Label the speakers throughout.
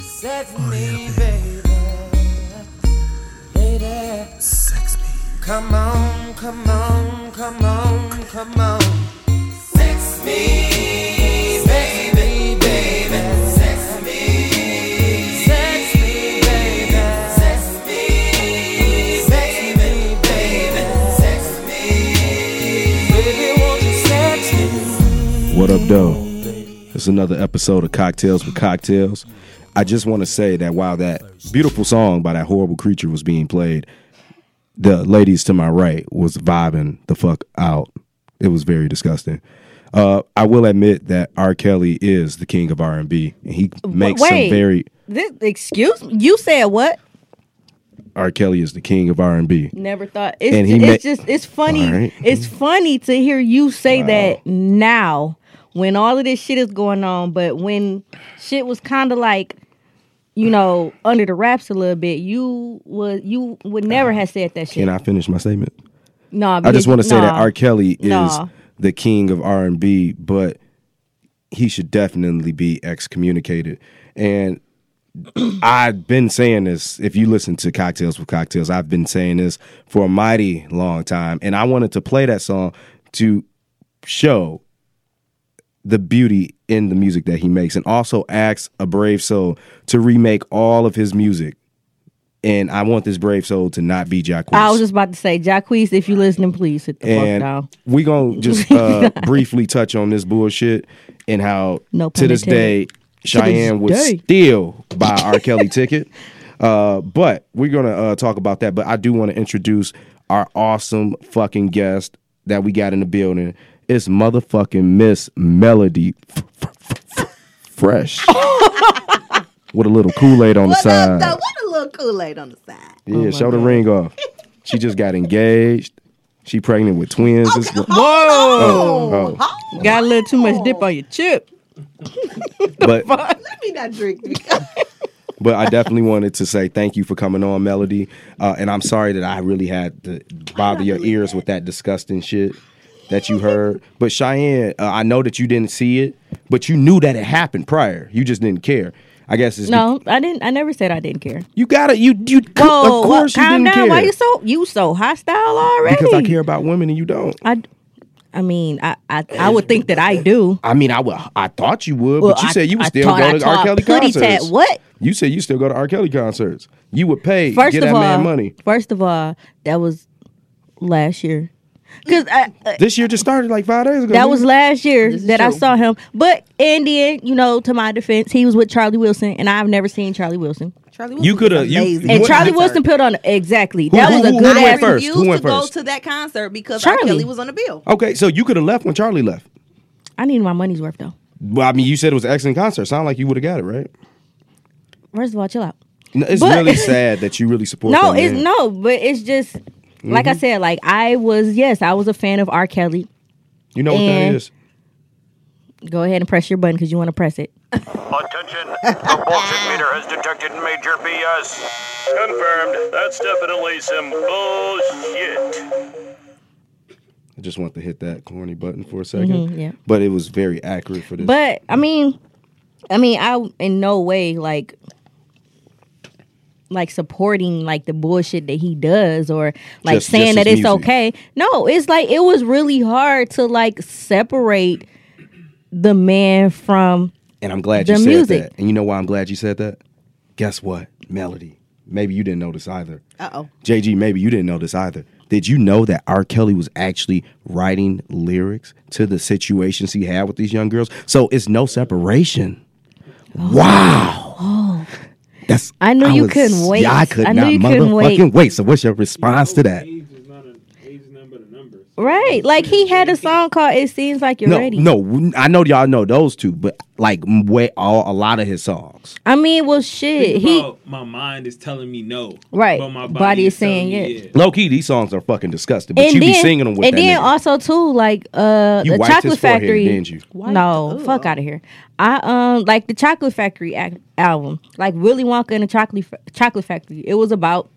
Speaker 1: Sex me, baby. Lady.
Speaker 2: Sex me.
Speaker 1: Come on, come on, come on, come on. Sex me, baby, baby. Sex me. Sex me, baby. Sex me, baby, baby. Sex me. Baby, won't you sex me?
Speaker 3: What up, though? It's another episode of Cocktails with Cocktails. I just want to say that while that beautiful song by that horrible creature was being played, the ladies to my right was vibing the fuck out. It was very disgusting. Uh, I will admit that R. Kelly is the king of R and B, and he makes
Speaker 4: wait.
Speaker 3: some very.
Speaker 4: This, excuse me. You said what?
Speaker 3: R. Kelly is the king of R and B.
Speaker 4: Never thought. It's,
Speaker 3: And he
Speaker 4: it's
Speaker 3: ma-
Speaker 4: just it's funny.
Speaker 3: All right.
Speaker 4: It's funny to hear you say that now when all of this shit is going on, but when shit was kind of like you know under the wraps a little bit, you was you would never have said that shit.
Speaker 3: Can I finish my statement?
Speaker 4: no,
Speaker 3: I just want to say that
Speaker 4: nah.
Speaker 3: R. Kelly is
Speaker 4: Nah.
Speaker 3: the king of R and B, but he should definitely be excommunicated. And I've been saying this. If you listen to Cocktails with Cocktails, I've been saying this for a mighty long time, and I wanted to play that song to show the beauty in the music that he makes, and also asks a brave soul to remake all of his music. And I want this brave soul to not be Jacquees
Speaker 4: I was just about to say, Jacquees, if you listening, please sit the
Speaker 3: and
Speaker 4: fuck down.
Speaker 3: we gonna just uh, briefly touch on this bullshit and how
Speaker 4: No pun
Speaker 3: to this day
Speaker 4: intended.
Speaker 3: Cheyenne would
Speaker 4: day.
Speaker 3: still buy R. Kelly ticket. Uh, but we're gonna uh, talk about that. But I do want to introduce our awesome fucking guest that we got in the building. It's motherfucking Miss Melody Fresh with a little Kool Aid on the
Speaker 5: What
Speaker 3: side.
Speaker 5: up, um, though? What a little Kool Aid on the side.
Speaker 3: Yeah, show the ring off. She just got engaged. She pregnant with twins. It's-
Speaker 5: Whoa!
Speaker 3: Oh,
Speaker 4: Got a little too much dip on your chip.
Speaker 3: but
Speaker 5: Let me not drink.
Speaker 3: but I definitely wanted to say thank you for coming on, Melody. Uh, and I'm sorry that I really had to bother your ears with that disgusting shit that you heard. But Cheyenne, uh, I know that you didn't see it, but you knew that it happened prior. You just didn't care. I guess it's
Speaker 4: No, I didn't. I never said I didn't care.
Speaker 3: you gotta you you
Speaker 4: Whoa,
Speaker 3: of course
Speaker 4: whoa,
Speaker 3: you
Speaker 4: calm
Speaker 3: didn't
Speaker 4: down.
Speaker 3: care
Speaker 4: Why you so you so hostile already?
Speaker 3: because I care about women and you don't.
Speaker 4: I, I mean, I, I, I would think that I do.
Speaker 3: I mean, I would I thought you would, but you
Speaker 4: I,
Speaker 3: said you would
Speaker 4: I
Speaker 3: still
Speaker 4: taught-
Speaker 3: go
Speaker 4: I
Speaker 3: to R.
Speaker 4: taught
Speaker 3: Kelly
Speaker 4: Putty
Speaker 3: concerts.
Speaker 4: Tat, What?
Speaker 3: You said you still go to R. Kelly concerts. You would pay
Speaker 4: First
Speaker 3: get
Speaker 4: of
Speaker 3: that
Speaker 4: all,
Speaker 3: man money.
Speaker 4: first of all, that was last year. Cause I, uh,
Speaker 3: This year just started like five days ago.
Speaker 4: that
Speaker 3: nigga.
Speaker 4: was last year
Speaker 5: This is
Speaker 4: that I
Speaker 5: true.
Speaker 4: saw him. But in the end, you know, to my defense, he was with Charlie Wilson, and I've never seen Charlie Wilson.
Speaker 5: Charlie
Speaker 3: You coulda- you-
Speaker 4: And
Speaker 3: What
Speaker 4: Charlie
Speaker 3: concert?
Speaker 4: Wilson put on exactly. that
Speaker 3: who-
Speaker 4: was a
Speaker 3: who-
Speaker 4: good
Speaker 3: who went
Speaker 4: ass.
Speaker 3: first?
Speaker 5: I refused
Speaker 3: Who went
Speaker 5: to
Speaker 3: first?
Speaker 5: go to that concert because
Speaker 4: Charlie.
Speaker 5: R. Kelly was on the bill.
Speaker 3: Okay, so you could have left when Charlie left.
Speaker 4: I need my money's worth though.
Speaker 3: Well, I mean, you said it was an excellent concert. Sound like you would have got it, right?
Speaker 4: First of all, chill out.
Speaker 3: No, it's
Speaker 4: But-
Speaker 3: really sad that you really support.
Speaker 4: No,
Speaker 3: that
Speaker 4: it's
Speaker 3: man.
Speaker 4: no, but it's just like
Speaker 3: Mm-hmm.
Speaker 4: I said, like I was yes, I was a fan of R. Kelly.
Speaker 3: You know what that
Speaker 4: And-
Speaker 3: is?
Speaker 4: Go ahead and press your button because you want to press it.
Speaker 6: Attention, the bullshit meter has detected major BS. Confirmed, that's definitely some bullshit.
Speaker 3: I just want to hit that corny button for a 2nd
Speaker 4: Mm-hmm, yeah.
Speaker 3: But it was very accurate for this.
Speaker 4: But I mean, I mean, I in no way like like supporting like the bullshit that he does or like
Speaker 3: Just-
Speaker 4: saying
Speaker 3: just
Speaker 4: that
Speaker 3: his
Speaker 4: it's
Speaker 3: music.
Speaker 4: okay. No, it's like it was really hard to like separate the man from
Speaker 3: and I'm glad
Speaker 4: the
Speaker 3: you said
Speaker 4: music.
Speaker 3: that. And you know why I'm glad you said that? Guess what? Melody. Maybe you didn't know this either.
Speaker 5: Uh oh.
Speaker 3: JG, maybe you didn't know this either. Did you know that R. Kelly was actually writing lyrics to the situations he had with these young girls? So it's no separation. Wow. That's
Speaker 4: Oh. I knew you
Speaker 3: was-
Speaker 4: couldn't wait.
Speaker 3: Yeah, I could
Speaker 4: I knew
Speaker 3: not
Speaker 4: you couldn't
Speaker 3: motherfucking
Speaker 4: wait.
Speaker 3: wait. So what's your response to that?
Speaker 7: Age is not an age is not but a number. So
Speaker 4: right. Like he had a song called "It Seems Like You're
Speaker 3: No,
Speaker 4: Ready."
Speaker 3: no, I know y'all know those two, but like m- way all a lot of his songs.
Speaker 4: I mean, well, shit.
Speaker 7: think
Speaker 4: He
Speaker 7: about my mind is telling me no.
Speaker 4: Right.
Speaker 7: But my
Speaker 4: Body
Speaker 7: body,
Speaker 4: is
Speaker 7: is,
Speaker 4: saying
Speaker 7: saying
Speaker 4: yes.
Speaker 7: yes.
Speaker 3: Low key, these songs are fucking disgusting, but you be singing them with
Speaker 4: and
Speaker 3: that
Speaker 4: then
Speaker 3: nigga.
Speaker 4: also too like uh
Speaker 3: You
Speaker 4: the
Speaker 3: wiped his
Speaker 4: chocolate
Speaker 3: forehead,
Speaker 4: factory
Speaker 3: didn't you?
Speaker 5: Wiped-
Speaker 4: no
Speaker 5: Ugh.
Speaker 4: fuck out of here i um like the chocolate factory ac- album like willy wonka and the chocolate Fa- chocolate factory it was about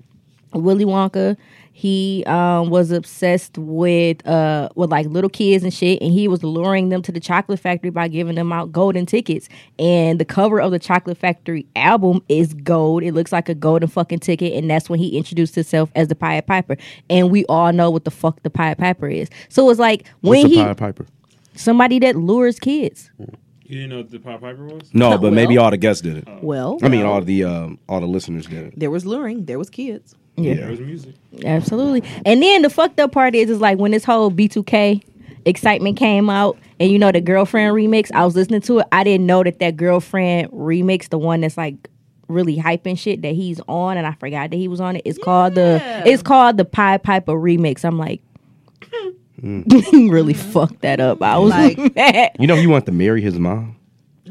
Speaker 4: Willy Wonka. He um, was obsessed with uh, with like little kids and shit, and he was luring them to the chocolate factory by giving them out golden tickets. And the cover of the Chocolate Factory album is gold. It looks like a golden fucking ticket, and that's when he introduced himself as the Pied Piper. And we all know what the fuck the Pied Piper is. So it's like
Speaker 2: What's
Speaker 4: when
Speaker 2: the
Speaker 4: he
Speaker 2: Pied Piper?
Speaker 4: somebody that lures kids.
Speaker 7: You didn't know what the Pop Piper was?
Speaker 3: No,
Speaker 4: No,
Speaker 3: but maybe
Speaker 4: Oh, well.
Speaker 3: all the guests did it.
Speaker 5: Well,
Speaker 3: I mean, all the um, all the listeners did it.
Speaker 5: there was luring. There was kids.
Speaker 7: There was music.
Speaker 4: Absolutely. And then the fucked up part is is like when this whole B2K excitement came out and you know the girlfriend remix, I was listening to it. I didn't know that that girlfriend remix, the one that's like really hyping shit that he's on and I forgot that he was on it. It's called the
Speaker 5: Yeah.
Speaker 4: it's called the Pie Piper remix. I'm like
Speaker 3: Hmm.
Speaker 4: really fucked that up. I was
Speaker 5: Mm-hmm. Like-
Speaker 4: mad.
Speaker 3: You know, he wanted to marry his mom.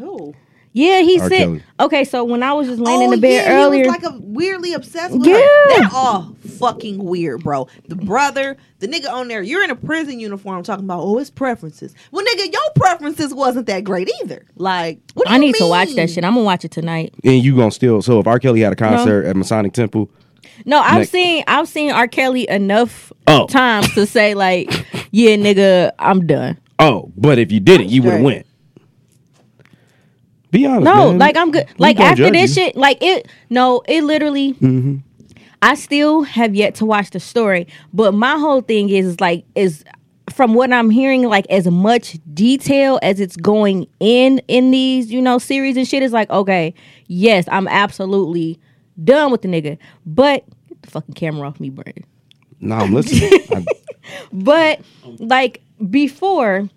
Speaker 5: Oh,
Speaker 4: Yeah, he
Speaker 3: R.
Speaker 4: said
Speaker 3: Kelly.
Speaker 4: Okay, so when I was just laying in the bed
Speaker 5: yeah,
Speaker 4: earlier
Speaker 5: He was like a weirdly obsessed with
Speaker 4: Yeah.
Speaker 5: her. They're all fucking weird, bro. The brother, the nigga on there, you're in a prison uniform talking about, oh, it's preferences. Well, nigga, your preferences wasn't that great either. Like, what do
Speaker 4: I
Speaker 5: you
Speaker 4: need to watch
Speaker 5: mean?
Speaker 4: that shit. I'm gonna watch it tonight.
Speaker 3: And you gonna still so if R. Kelly had a concert at Masonic Temple,
Speaker 4: No, I've
Speaker 3: Nick.
Speaker 4: seen I've seen R. Kelly enough
Speaker 3: Oh.
Speaker 4: times to say like, yeah, nigga, I'm done.
Speaker 3: oh, but if you didn't, you would have
Speaker 5: Right.
Speaker 3: went. Be honest.
Speaker 4: No,
Speaker 3: man.
Speaker 4: like I'm good.
Speaker 3: We
Speaker 4: Like
Speaker 3: gonna
Speaker 4: after
Speaker 3: judge
Speaker 4: this
Speaker 3: you. Mm-hmm.
Speaker 4: shit, like it. No, it literally. I still have yet to watch the story, but my whole thing is, is like is from what I'm hearing, like as much detail as it's going in in these you know series and shit is like okay, yes, I'm absolutely done with the nigga, but get the fucking camera off me, Brandon.
Speaker 3: No, I'm listening. I-
Speaker 4: But
Speaker 3: Um.
Speaker 4: like before,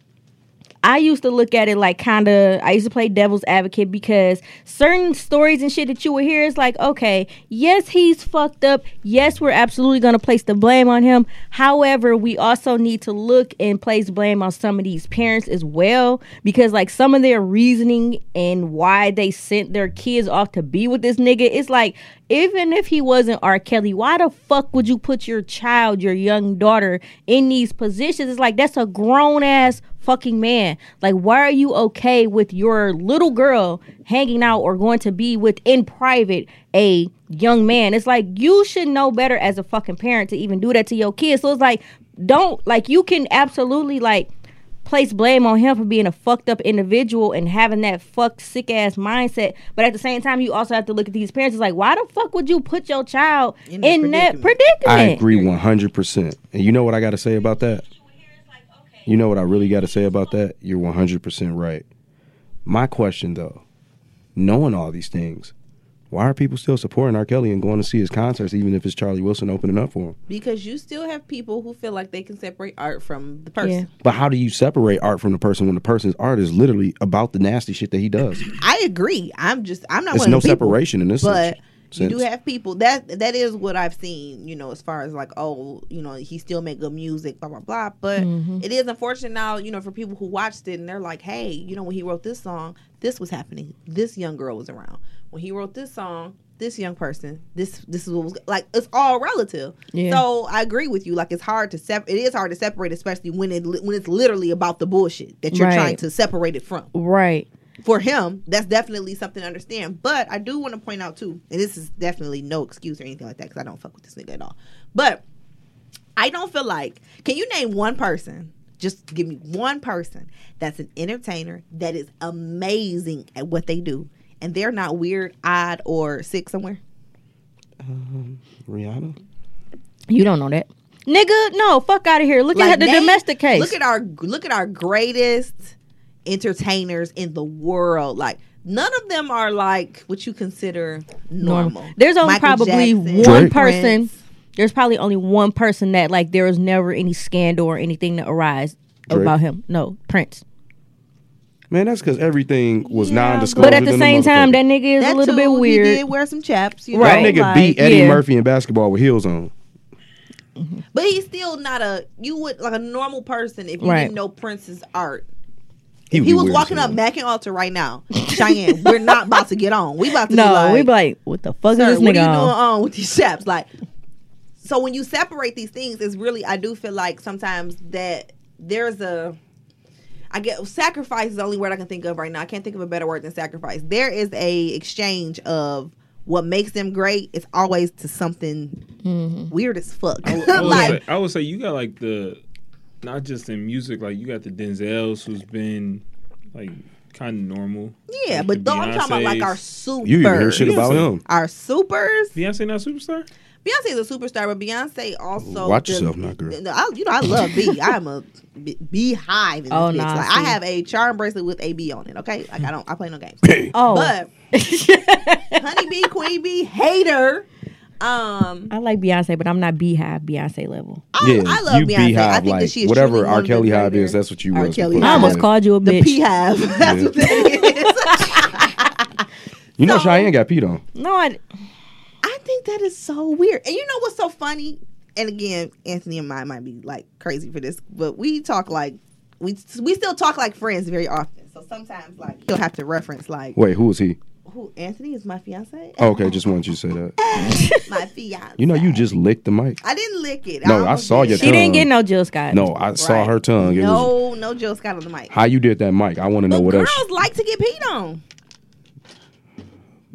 Speaker 4: I used to look at it like kind of. I used to play devil's advocate because certain stories and shit that you would hear is like, okay, yes, he's fucked up. Yes, we're absolutely gonna place the blame on him. However, we also need to look and place blame on some of these parents as well because like some of their reasoning and why they sent their kids off to be with this nigga. It's like even if he wasn't R. Kelly, why the fuck would you put your child, your young daughter, in these positions? It's like that's a grown ass fucking man. Like, why are you okay with your little girl hanging out or going to be with in private a young man? It's like you should know better as a fucking parent to even do that to your kids. So it's like, don't like you can absolutely like place blame on him for being a fucked up individual and having that fucked sick ass mindset. But at the same time, you also have to look at these parents. It's like, why the fuck would you put your child in,
Speaker 5: In
Speaker 4: that
Speaker 5: that predicament.
Speaker 4: predicament?
Speaker 3: I agree 100%. And you know what I got to say about that? You know what I really got to say about that? You're 100% right. My question, though, knowing all these things, why are people still supporting R. Kelly and going to see his concerts, even if it's Charlie Wilson opening up for him?
Speaker 5: Because you still have people who feel like they can separate art from the person.
Speaker 4: Yeah.
Speaker 3: But how do you separate art from the person when the person's art is literally about the nasty shit that he does?
Speaker 5: I agree. I'm just I'm not
Speaker 3: It's
Speaker 5: one
Speaker 3: no
Speaker 5: of the people,
Speaker 3: separation in this
Speaker 5: But
Speaker 3: sense.
Speaker 5: you do have people that that is what I've seen, you know, as far as like, oh, you know, he still make good music, blah blah blah. But
Speaker 4: Mm-hmm.
Speaker 5: it is unfortunate now, you know, for people who watched it and they're like, hey, you know, when he wrote this song, this was happening. This young girl was around. When he wrote this song, this young person, this this is what was like. It's all relative.
Speaker 4: Yeah.
Speaker 5: So I agree with you. Like it's hard to separate. It is hard to separate, especially when it li- when it's literally about the bullshit that you're
Speaker 4: Right.
Speaker 5: trying to separate it from
Speaker 4: Right.
Speaker 5: for him, that's definitely something to understand. But I do want to point out too, and this is definitely no excuse or anything like that because I don't fuck with this nigga at all. But I don't feel like can you name one person? Just give me one person that's an entertainer that is amazing at what they do, and they're not weird, odd, or sick somewhere.
Speaker 3: Rihanna?
Speaker 4: You don't know that. Nigga, no, fuck out of here. Look
Speaker 5: Like,
Speaker 4: at the
Speaker 5: name-
Speaker 4: domestic case.
Speaker 5: Look at our look at our greatest entertainers in the world. Like none of them are like what you consider normal.
Speaker 4: There's only
Speaker 5: Michael
Speaker 4: probably
Speaker 5: Jackson,
Speaker 4: one
Speaker 3: Drake.
Speaker 4: person.
Speaker 5: Prince.
Speaker 4: There's probably only one person that like there was never any scandal or anything that arise
Speaker 3: Drake.
Speaker 4: about him. No, Prince.
Speaker 3: Man, that's because everything was
Speaker 5: Yeah,
Speaker 3: non disclosed.
Speaker 4: But at the same time, that nigga is
Speaker 5: That
Speaker 4: a little
Speaker 5: too,
Speaker 4: bit weird.
Speaker 5: He did wear some chaps, you
Speaker 4: Right.
Speaker 5: Know,
Speaker 3: That nigga
Speaker 5: like-
Speaker 3: beat Eddie
Speaker 4: yeah.
Speaker 3: Murphy in basketball with heels on.
Speaker 5: but he's still not a you would like a normal person if you
Speaker 4: Right.
Speaker 5: didn't know Prince's art.
Speaker 3: would
Speaker 5: He
Speaker 3: be
Speaker 5: was
Speaker 3: weird as
Speaker 5: walking
Speaker 3: hell.
Speaker 5: up Mac and Altar right now, Cheyenne. we're not about to get on. We about to
Speaker 4: no,
Speaker 5: be like,
Speaker 4: we be like, what the fuck
Speaker 5: Sir,
Speaker 4: is this
Speaker 5: what are you
Speaker 4: nigga
Speaker 5: doing
Speaker 4: on?
Speaker 5: on with these chaps? Like, so when you separate these things, it's really I do feel like sometimes that there's a I get sacrifice is the only word I can think of right now. I can't think of a better word than sacrifice. There is a exchange of what makes them great is always to something
Speaker 4: Mm-hmm.
Speaker 5: weird as fuck.
Speaker 7: I would,
Speaker 5: like
Speaker 7: say, I would say you got like the, not just in music, like you got the Denzels who's been like kind of normal.
Speaker 5: yeah,
Speaker 7: Like
Speaker 5: but
Speaker 7: the
Speaker 5: though I'm talking about like our
Speaker 7: Beyonces.
Speaker 5: supers.
Speaker 3: You even hear shit about him.
Speaker 5: our supers.
Speaker 7: Beyonce not superstar?
Speaker 5: Beyonce's a superstar, but Beyonce also
Speaker 3: Watch
Speaker 5: the-
Speaker 3: yourself now, girl.
Speaker 5: No, I, you know I love B. I'm a b- beehive in this
Speaker 4: Oh,
Speaker 5: bitch.
Speaker 4: nah,
Speaker 5: like
Speaker 4: I
Speaker 5: I
Speaker 4: see.
Speaker 5: have a charm bracelet with a B on it. Okay, like I don't. I play no games.
Speaker 4: Oh,
Speaker 5: But honey bee, queen bee, hater. Um,
Speaker 4: I like Beyonce, but I'm not beehive Beyonce level.
Speaker 5: I,
Speaker 3: yeah,
Speaker 5: I love
Speaker 3: you
Speaker 5: Beyonce. I
Speaker 3: beehive
Speaker 5: think that
Speaker 3: like
Speaker 5: she is
Speaker 3: whatever
Speaker 5: truly one
Speaker 3: R.
Speaker 5: of the
Speaker 3: Kelly hive
Speaker 5: greater-
Speaker 3: is. That's what you
Speaker 5: R.
Speaker 3: was.
Speaker 5: Kelly
Speaker 3: before.
Speaker 5: hive.
Speaker 4: I almost called you a
Speaker 5: The
Speaker 4: bitch.
Speaker 5: beehive. That's what that is.
Speaker 3: You know
Speaker 5: So-
Speaker 3: Cheyenne got peed on.
Speaker 4: no, I,
Speaker 5: I think that is so weird. And you know what's so funny? And again, Anthony and I might be like crazy for this, but we talk like we we still talk like friends very often. So sometimes like you'll have to reference like
Speaker 3: Wait, who was he?
Speaker 5: who Anthony is my fiance.
Speaker 3: Oh, okay, just wanted you to say that.
Speaker 5: my fiance.
Speaker 3: You know, you just licked the mic.
Speaker 5: I didn't lick it.
Speaker 3: No, I
Speaker 5: almost
Speaker 3: saw
Speaker 5: did.
Speaker 3: your
Speaker 4: she
Speaker 3: tongue.
Speaker 4: didn't get no Jill Scott.
Speaker 3: Uh, No, I saw
Speaker 5: Right.
Speaker 3: her tongue. It was
Speaker 5: No, no Jill Scott on the mic.
Speaker 3: how you did that mic. I want to know
Speaker 5: But
Speaker 3: what
Speaker 5: girls
Speaker 3: else.
Speaker 5: like to get peed on.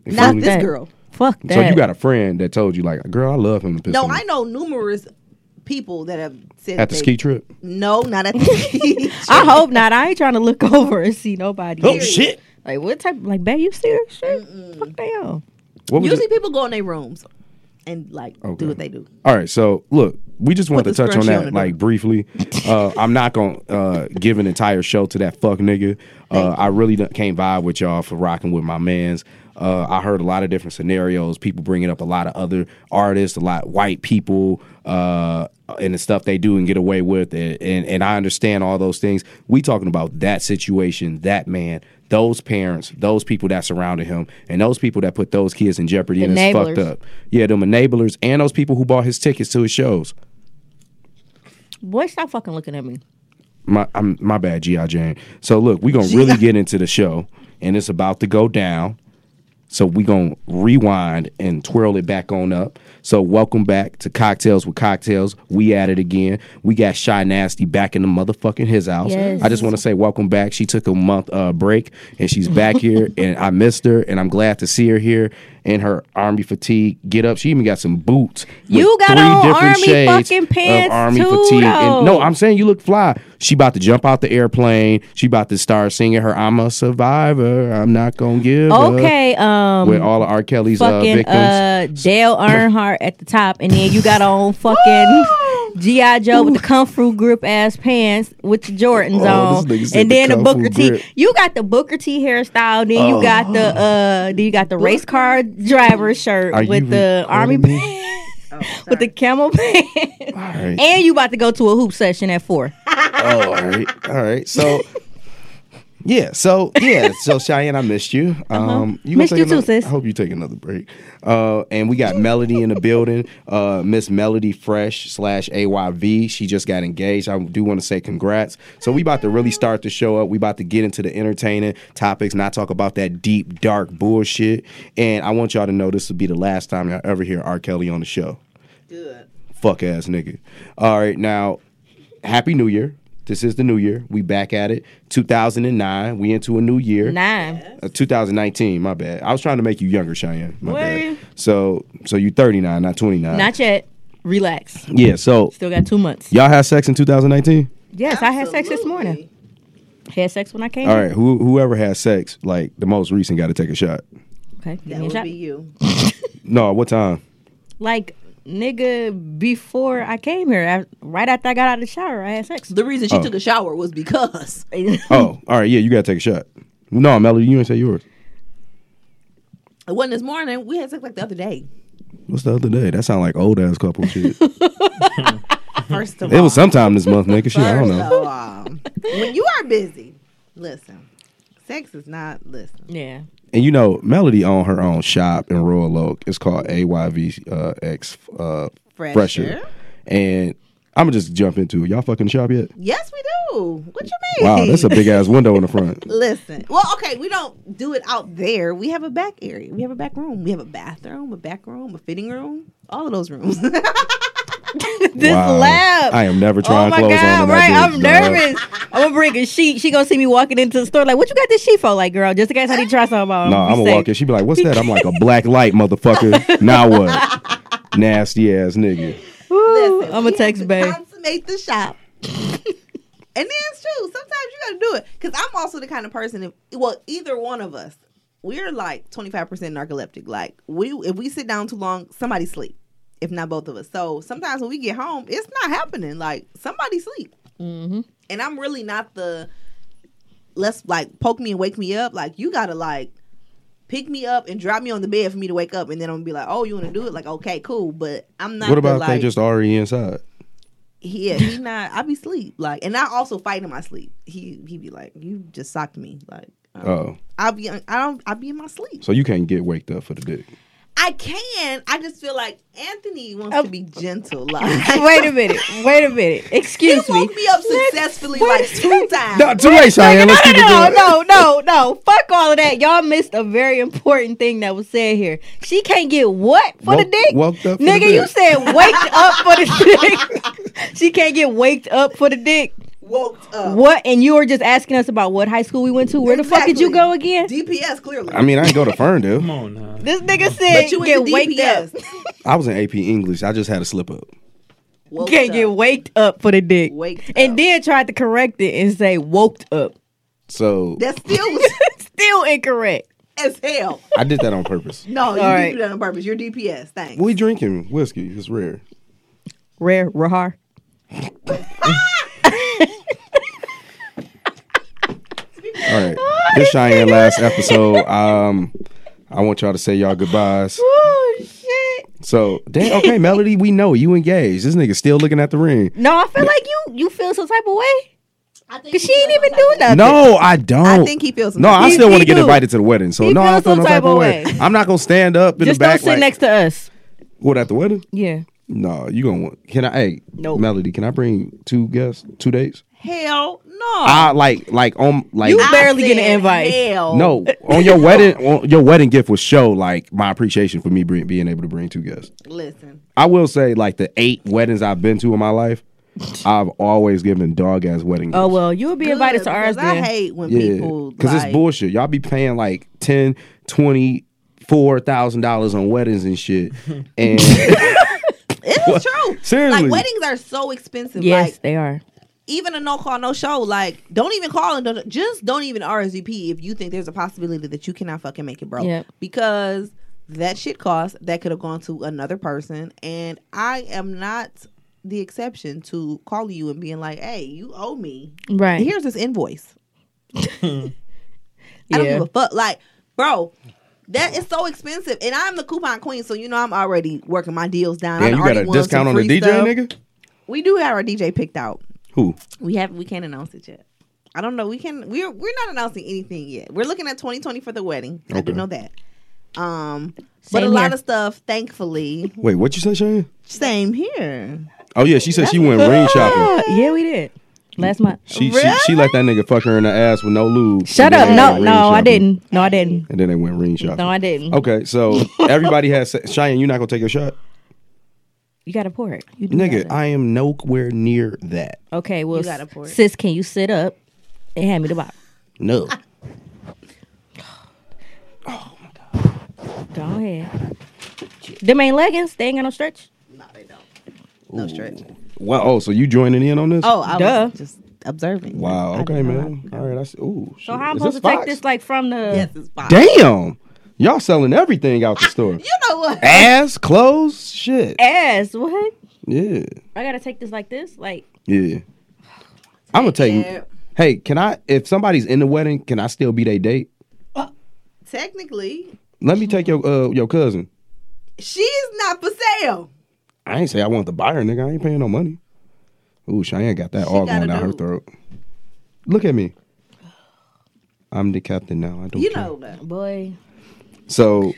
Speaker 3: you feel
Speaker 5: Not
Speaker 3: me?
Speaker 5: this
Speaker 4: That-
Speaker 5: girl.
Speaker 4: Fuck that.
Speaker 3: So you got a friend that told you like, girl, I love him to piss
Speaker 5: No,
Speaker 3: on me."
Speaker 5: I know numerous people that have said
Speaker 3: at the
Speaker 5: they-
Speaker 3: ski trip.
Speaker 5: No, not at the ski.
Speaker 4: I hope not. I ain't trying to look over and see nobody.
Speaker 3: Oh shit!
Speaker 4: Like what type? Like, babe, you serious? Shit? Fuck damn.
Speaker 3: What was
Speaker 5: Usually
Speaker 3: it?
Speaker 5: people go in their rooms and like
Speaker 3: Okay.
Speaker 5: do what they do.
Speaker 3: All right, so look, we just wanted
Speaker 5: Put
Speaker 3: to
Speaker 5: the
Speaker 3: touch on
Speaker 5: scrunchie on
Speaker 3: that
Speaker 5: the
Speaker 3: like
Speaker 5: door.
Speaker 3: briefly. Uh, I'm not gonna uh, give an entire show to that fuck nigga. Uh, I really don't- can't vibe with y'all for rocking with my man's. Uh, I heard a lot of different scenarios. People bringing up a lot of other artists, a lot white people, uh, and the stuff they do and get away with. And, and and I understand all those things. We talking about that situation, that man, those parents, those people that surrounded him, and those people that put those kids in jeopardy and it's fucked
Speaker 4: Enablers.
Speaker 3: up. Yeah, them enablers and those people who bought his tickets to his shows.
Speaker 4: Boy, stop fucking looking at me.
Speaker 3: My I'm, my bad, G.I. Jane. So look, we're gonna really get into the show and it's about to go down. So we're gonna rewind and twirl it back on up. So welcome back to Cocktails with Cocktails. We at it again. We got Shy Nasty back in the motherfucking his house.
Speaker 4: Yes.
Speaker 3: I just wanna say welcome back. She took a month uh, break and she's back here and I missed her and I'm glad to see her here in her army fatigue. Get up. She even got some boots. with
Speaker 4: You got
Speaker 3: three
Speaker 4: on
Speaker 3: different
Speaker 4: army
Speaker 3: shades
Speaker 4: fucking
Speaker 3: of
Speaker 4: pants
Speaker 3: army
Speaker 4: too,
Speaker 3: fatigue. And, no,
Speaker 4: though.
Speaker 3: I'm saying you look fly. She about to jump out the airplane. She about to start singing her "I'm a survivor. I'm not gonna give
Speaker 4: Okay,
Speaker 3: up." With
Speaker 4: um,
Speaker 3: all of R. Kelly's uh,
Speaker 4: fucking
Speaker 3: victims.
Speaker 4: uh, Dale Earnhardt at the top, and then you got on fucking GI Joe with the Kung Fu grip ass pants with the Jordans
Speaker 3: Oh,
Speaker 4: on,
Speaker 3: this nigga said
Speaker 4: and
Speaker 3: the
Speaker 4: then the,
Speaker 3: Kung Fu
Speaker 4: Booker T.
Speaker 3: grip. Oh.
Speaker 4: You got the Booker T hairstyle. Then you got the uh, then you got the race car driver shirt
Speaker 3: Are you
Speaker 4: with the army
Speaker 3: recording me?
Speaker 4: pants. With the camel pants,
Speaker 3: all right.
Speaker 4: and you about to go to a hoop session at four.
Speaker 3: oh, all right, all right. So. Yeah, so yeah, so Cheyenne, I missed you. Um, you gonna
Speaker 4: Uh-huh. Missed
Speaker 3: take
Speaker 4: you too,
Speaker 3: another-
Speaker 4: sis.
Speaker 3: I hope you take another break. Uh, and we got Melody in the building. Uh, Miss Melody Fresh slash AYV. She just got engaged. I do want to say congrats. So we about to really start the show up. We about to get into the entertaining topics, not talk about that deep dark bullshit. And I want y'all to know this will be the last time y'all ever hear R. Kelly on the show
Speaker 5: Good.
Speaker 3: fuck ass nigga. All right, now, happy new year. This is the new year. We back at it. 2009. We into a new year.
Speaker 4: Nine.
Speaker 3: Uh, 2019. My bad. I was trying to make you younger, Cheyenne. My
Speaker 4: Where?
Speaker 3: bad. So, so you 39, not 29.
Speaker 4: Not yet. Relax.
Speaker 3: yeah. So,
Speaker 4: Still got two months.
Speaker 3: y'all had sex in 2019.
Speaker 4: Yes, I had sex this morning. Had sex when I came.
Speaker 3: All
Speaker 4: in.
Speaker 3: right. Who, whoever had sex, like the most recent, got to take a shot.
Speaker 4: Okay. Give
Speaker 5: That
Speaker 4: me a
Speaker 5: would
Speaker 4: shot.
Speaker 5: be you.
Speaker 3: No, what time?
Speaker 4: Like nigga, before I came here, af right after I got out of the shower, I had sex.
Speaker 5: The reason she took a shower was because
Speaker 4: it
Speaker 3: Oh, all right. Yeah, you got to take a shot. No, Melody, you ain't say yours.
Speaker 5: it wasn't this morning. We had sex like the other day.
Speaker 3: What's the other day? That sound like old ass couple shit.
Speaker 5: First of all,
Speaker 3: it was sometime this month, nigga. Shit, I don't
Speaker 5: First
Speaker 3: know.
Speaker 5: of all, when you are busy, listen. Sex is not listen.
Speaker 4: yeah.
Speaker 3: And you know, Melody owned her own shop in Royal Oak. It's called AYV uh, X uh,
Speaker 5: Fresher.
Speaker 3: Fresher. And I'm gonna just jump into it. Y'all fucking shop yet?
Speaker 5: Yes, we do. What you mean?
Speaker 3: Wow, that's a big ass window in the front.
Speaker 5: Listen. Well, okay, we don't do it out there. We have a back area. We have a back room. We have a bathroom, a back room, a fitting room, all of those rooms.
Speaker 4: this
Speaker 3: Wow.
Speaker 4: lab.
Speaker 3: I am never trying
Speaker 4: oh my
Speaker 3: clothes
Speaker 4: god!
Speaker 3: on. when I
Speaker 4: right,
Speaker 3: do
Speaker 4: I'm
Speaker 3: this, dog.
Speaker 4: nervous. I'm gonna bring a sheet. She gonna see me walking into the store like, "What you got this sheet for?" Like, girl, just in case I need to try something on.
Speaker 3: No, I'm gonna walk in. She be like, "What's that?" I'm like, "A black light, motherfucker." now what? Nasty ass nigga.
Speaker 5: Listen,
Speaker 4: I'm
Speaker 5: we
Speaker 4: a
Speaker 5: have
Speaker 4: text
Speaker 5: to
Speaker 4: babe.
Speaker 5: Consummate the shop. and then it's true. Sometimes you gotta do it. Cause I'm also the kind of person if well, either one of us, we're like 25% narcoleptic. Like we if we sit down too long, somebody sleep. If not both of us. So sometimes when we get home, it's not happening. Like somebody sleep. And I'm really not the let's like poke me and wake me up. Like you gotta like pick me up and drop me on the bed for me to wake up and then I'm gonna be like, Oh, you wanna do it? Like, okay, cool. But I'm not
Speaker 3: What
Speaker 5: the,
Speaker 3: about if they
Speaker 5: like-
Speaker 3: just already inside?
Speaker 5: he- yeah, he not. I be sleep like, and I also fight in my sleep. He he be like, you just socked me like. um,
Speaker 3: Oh,
Speaker 5: I be I don't I be in my sleep.
Speaker 3: so you can't get waked up for the dick.
Speaker 5: I can. I just feel like Anthony wants to be gentle. Like
Speaker 4: Wait a minute. Wait a minute.
Speaker 5: he
Speaker 4: Excuse me.
Speaker 5: woke me up successfully
Speaker 4: wait
Speaker 5: like
Speaker 4: a
Speaker 5: two times.
Speaker 3: No, too late, Cheyenne. Let's
Speaker 4: no,
Speaker 3: keep it
Speaker 4: no,
Speaker 3: going.
Speaker 4: no, no, no. Fuck all of that. Y'all missed a very important thing that was said here. She can't get what for the
Speaker 3: Woke-
Speaker 4: dick?
Speaker 3: Woke up, for
Speaker 4: Nigga,
Speaker 3: the
Speaker 4: you
Speaker 3: dick.
Speaker 4: said waked up for the dick. she can't get waked up for the dick.
Speaker 5: Woke up.
Speaker 4: What? And you were just asking us about what high school we went to. Where the fuck did you go again?
Speaker 5: DPS clearly.
Speaker 3: I mean, I didn't go to
Speaker 7: Come
Speaker 3: Ferndale.
Speaker 7: on now.
Speaker 4: This nigga
Speaker 5: but
Speaker 4: said
Speaker 5: you
Speaker 4: you
Speaker 5: went
Speaker 4: get
Speaker 5: to
Speaker 4: waked up.
Speaker 5: DPS.
Speaker 3: I was in AP English. I just had a slip up.
Speaker 5: Woke
Speaker 4: Can't get
Speaker 5: up.
Speaker 4: waked up for the dick.
Speaker 5: Waked
Speaker 4: and
Speaker 5: up.
Speaker 4: then tried to correct it and say woked up.
Speaker 3: So
Speaker 5: That still was
Speaker 4: Still incorrect.
Speaker 5: as hell.
Speaker 3: I did that on purpose.
Speaker 5: No, you
Speaker 4: All
Speaker 5: didn't
Speaker 4: right.
Speaker 5: do that on purpose. You're DPS. Thanks.
Speaker 3: We drinking whiskey. It's rare.
Speaker 4: Rare, rahar.
Speaker 3: All right. This Cheyenne last episode. Um, I want y'all to say y'all goodbyes.
Speaker 4: Oh shit.
Speaker 3: So, damn, okay, Melody, we know you engaged. This nigga still looking at the ring.
Speaker 4: No, I feel like you you feel some type of way
Speaker 5: I think
Speaker 4: because
Speaker 5: he
Speaker 4: she ain't
Speaker 5: feels
Speaker 4: even
Speaker 5: like that.
Speaker 4: do nothing.
Speaker 3: No, I don't.
Speaker 5: I think he feels.
Speaker 3: no, I
Speaker 4: He-
Speaker 3: still want to
Speaker 4: he
Speaker 3: get
Speaker 4: do.
Speaker 3: invited to the wedding. So
Speaker 4: He
Speaker 3: no, I don't
Speaker 4: feels
Speaker 3: feel
Speaker 4: some
Speaker 3: no type of way.
Speaker 4: way.
Speaker 3: I'm not gonna stand up in
Speaker 4: just
Speaker 3: the
Speaker 4: don't
Speaker 3: back.
Speaker 4: sit
Speaker 3: like,
Speaker 4: next to us.
Speaker 3: what at the wedding?
Speaker 4: Yeah,
Speaker 3: No, you gonna want? Can I? Hey,
Speaker 4: Nope.
Speaker 3: Melody, can I bring two guests, two dates?
Speaker 5: Hell no.
Speaker 3: I like, like on, like
Speaker 4: You
Speaker 5: I
Speaker 4: barely get an
Speaker 5: said
Speaker 4: invite.
Speaker 5: Hell
Speaker 3: no on your wedding. On, your wedding gift was show like my appreciation for me bring, being able to bring two guests.
Speaker 5: Listen.
Speaker 3: I will say, like the eight weddings I've been to in my life, I've always given dog ass wedding. Gifts.
Speaker 4: Oh well, you'll be invited to ours
Speaker 5: because I
Speaker 4: then.
Speaker 5: hate when
Speaker 3: Yeah,
Speaker 5: people
Speaker 3: because
Speaker 5: like,
Speaker 3: it's bullshit. Y'all be paying like ten, twenty, four thousand dollars on weddings and shit. And
Speaker 5: It's true.
Speaker 3: Seriously.
Speaker 5: like weddings are so expensive.
Speaker 4: yes,
Speaker 5: Like
Speaker 4: they are.
Speaker 5: even a no call, no show. Like don't even call and don't, just don't even RSVP if you think there's a possibility that you cannot fucking make it, bro.
Speaker 4: Yep.
Speaker 5: Because that shit costs that could have gone to another person, and I am not the exception to calling you and being like, "Hey, you owe me.
Speaker 4: Right.
Speaker 5: Here's this invoice." I don't
Speaker 4: Yeah.
Speaker 5: give a fuck. Like, bro, that is so expensive. And I'm the coupon queen, so you know I'm already working my deals down. I
Speaker 3: Damn, you got
Speaker 5: already
Speaker 3: a
Speaker 5: won some
Speaker 3: discount on the
Speaker 5: free
Speaker 3: DJ,
Speaker 5: stuff.
Speaker 3: nigga?
Speaker 5: We do have our DJ picked out.
Speaker 3: Who?
Speaker 5: We haven't. We can't announce it yet. I don't know. We can. We're we're not announcing anything yet. We're looking at 2020 for the wedding. I do
Speaker 3: Okay.
Speaker 5: know that. Um, but a
Speaker 4: Same
Speaker 5: lot
Speaker 4: here.
Speaker 5: of stuff, thankfully,
Speaker 3: Wait, what you say, Shane?
Speaker 5: same here.
Speaker 3: Oh yeah, she said she went ring shopping.
Speaker 4: Uh, yeah, we did last month.
Speaker 3: She, she she let that nigga fuck her in the ass with no lube.
Speaker 4: Shut
Speaker 3: and
Speaker 4: up!
Speaker 3: then they
Speaker 4: No,
Speaker 3: went
Speaker 4: no,
Speaker 3: ring
Speaker 4: I
Speaker 3: shopping.
Speaker 4: didn't. No, I didn't.
Speaker 3: And then they went ring shopping.
Speaker 4: No, I didn't.
Speaker 3: Okay, so everybody has se- Cheyenne. You not gonna take a shot,
Speaker 4: You gotta pour it. You do
Speaker 3: nigga?
Speaker 4: gotta.
Speaker 3: I am nowhere near that.
Speaker 4: okay, well,
Speaker 5: You gotta pour it.
Speaker 4: sis, can you sit up and hand me the box?
Speaker 3: No,
Speaker 4: Go ahead. Them ain't leggings. They ain't got no stretch.
Speaker 5: No, they don't. No stretch.
Speaker 3: Wow. Oh, so you joining in on this?
Speaker 5: Oh, I
Speaker 4: Duh.
Speaker 5: was just observing.
Speaker 3: wow.
Speaker 5: I
Speaker 3: Okay,
Speaker 5: didn't know
Speaker 3: man. All right. I see. Ooh.
Speaker 4: So how am I supposed to take this like from the?
Speaker 5: that. Yes, it's fine.
Speaker 3: Damn. Y'all selling everything out the store.
Speaker 5: You know what?
Speaker 3: Ass, clothes, shit.
Speaker 4: ass. What?
Speaker 3: Yeah.
Speaker 4: I gotta take this like this. Like
Speaker 3: Yeah. I'm gonna tell you.
Speaker 5: it.
Speaker 3: Hey, can I? If somebody's in the wedding, can I still be their date?
Speaker 5: Technically,
Speaker 3: Let me take your uh your cousin.
Speaker 5: she's not for sale.
Speaker 3: I ain't say I want to buy her, nigga. I ain't paying no money. Ooh, Cheyenne got that all
Speaker 5: got
Speaker 3: going
Speaker 5: a
Speaker 3: down her
Speaker 5: dude.
Speaker 3: throat. Look at me. I'm the captain now. I don't.
Speaker 5: You
Speaker 3: care.
Speaker 5: know that.
Speaker 4: boy.
Speaker 3: So,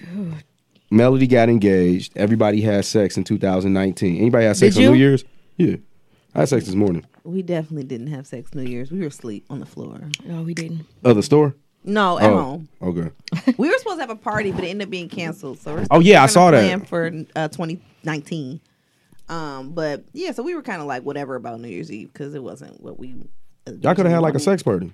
Speaker 3: Melody got engaged. Everybody had sex in 2019. Anybody had sex
Speaker 4: Did
Speaker 3: on New
Speaker 4: you?
Speaker 3: Year's? Yeah, I had sex this morning.
Speaker 5: We definitely didn't have sex New Year's. We were asleep on the floor.
Speaker 4: No, we didn't.
Speaker 3: Other store?
Speaker 5: No,
Speaker 3: Oh.
Speaker 5: at home.
Speaker 3: okay.
Speaker 5: We were supposed to have a party, but it ended up being canceled. So we're
Speaker 3: Oh, yeah, I
Speaker 5: we're gonna
Speaker 3: saw that.
Speaker 5: plan for uh, 2019. Um, but yeah, so we were kind of like whatever about New Year's Eve because it wasn't what we.
Speaker 3: Y'all could have had like a sex party.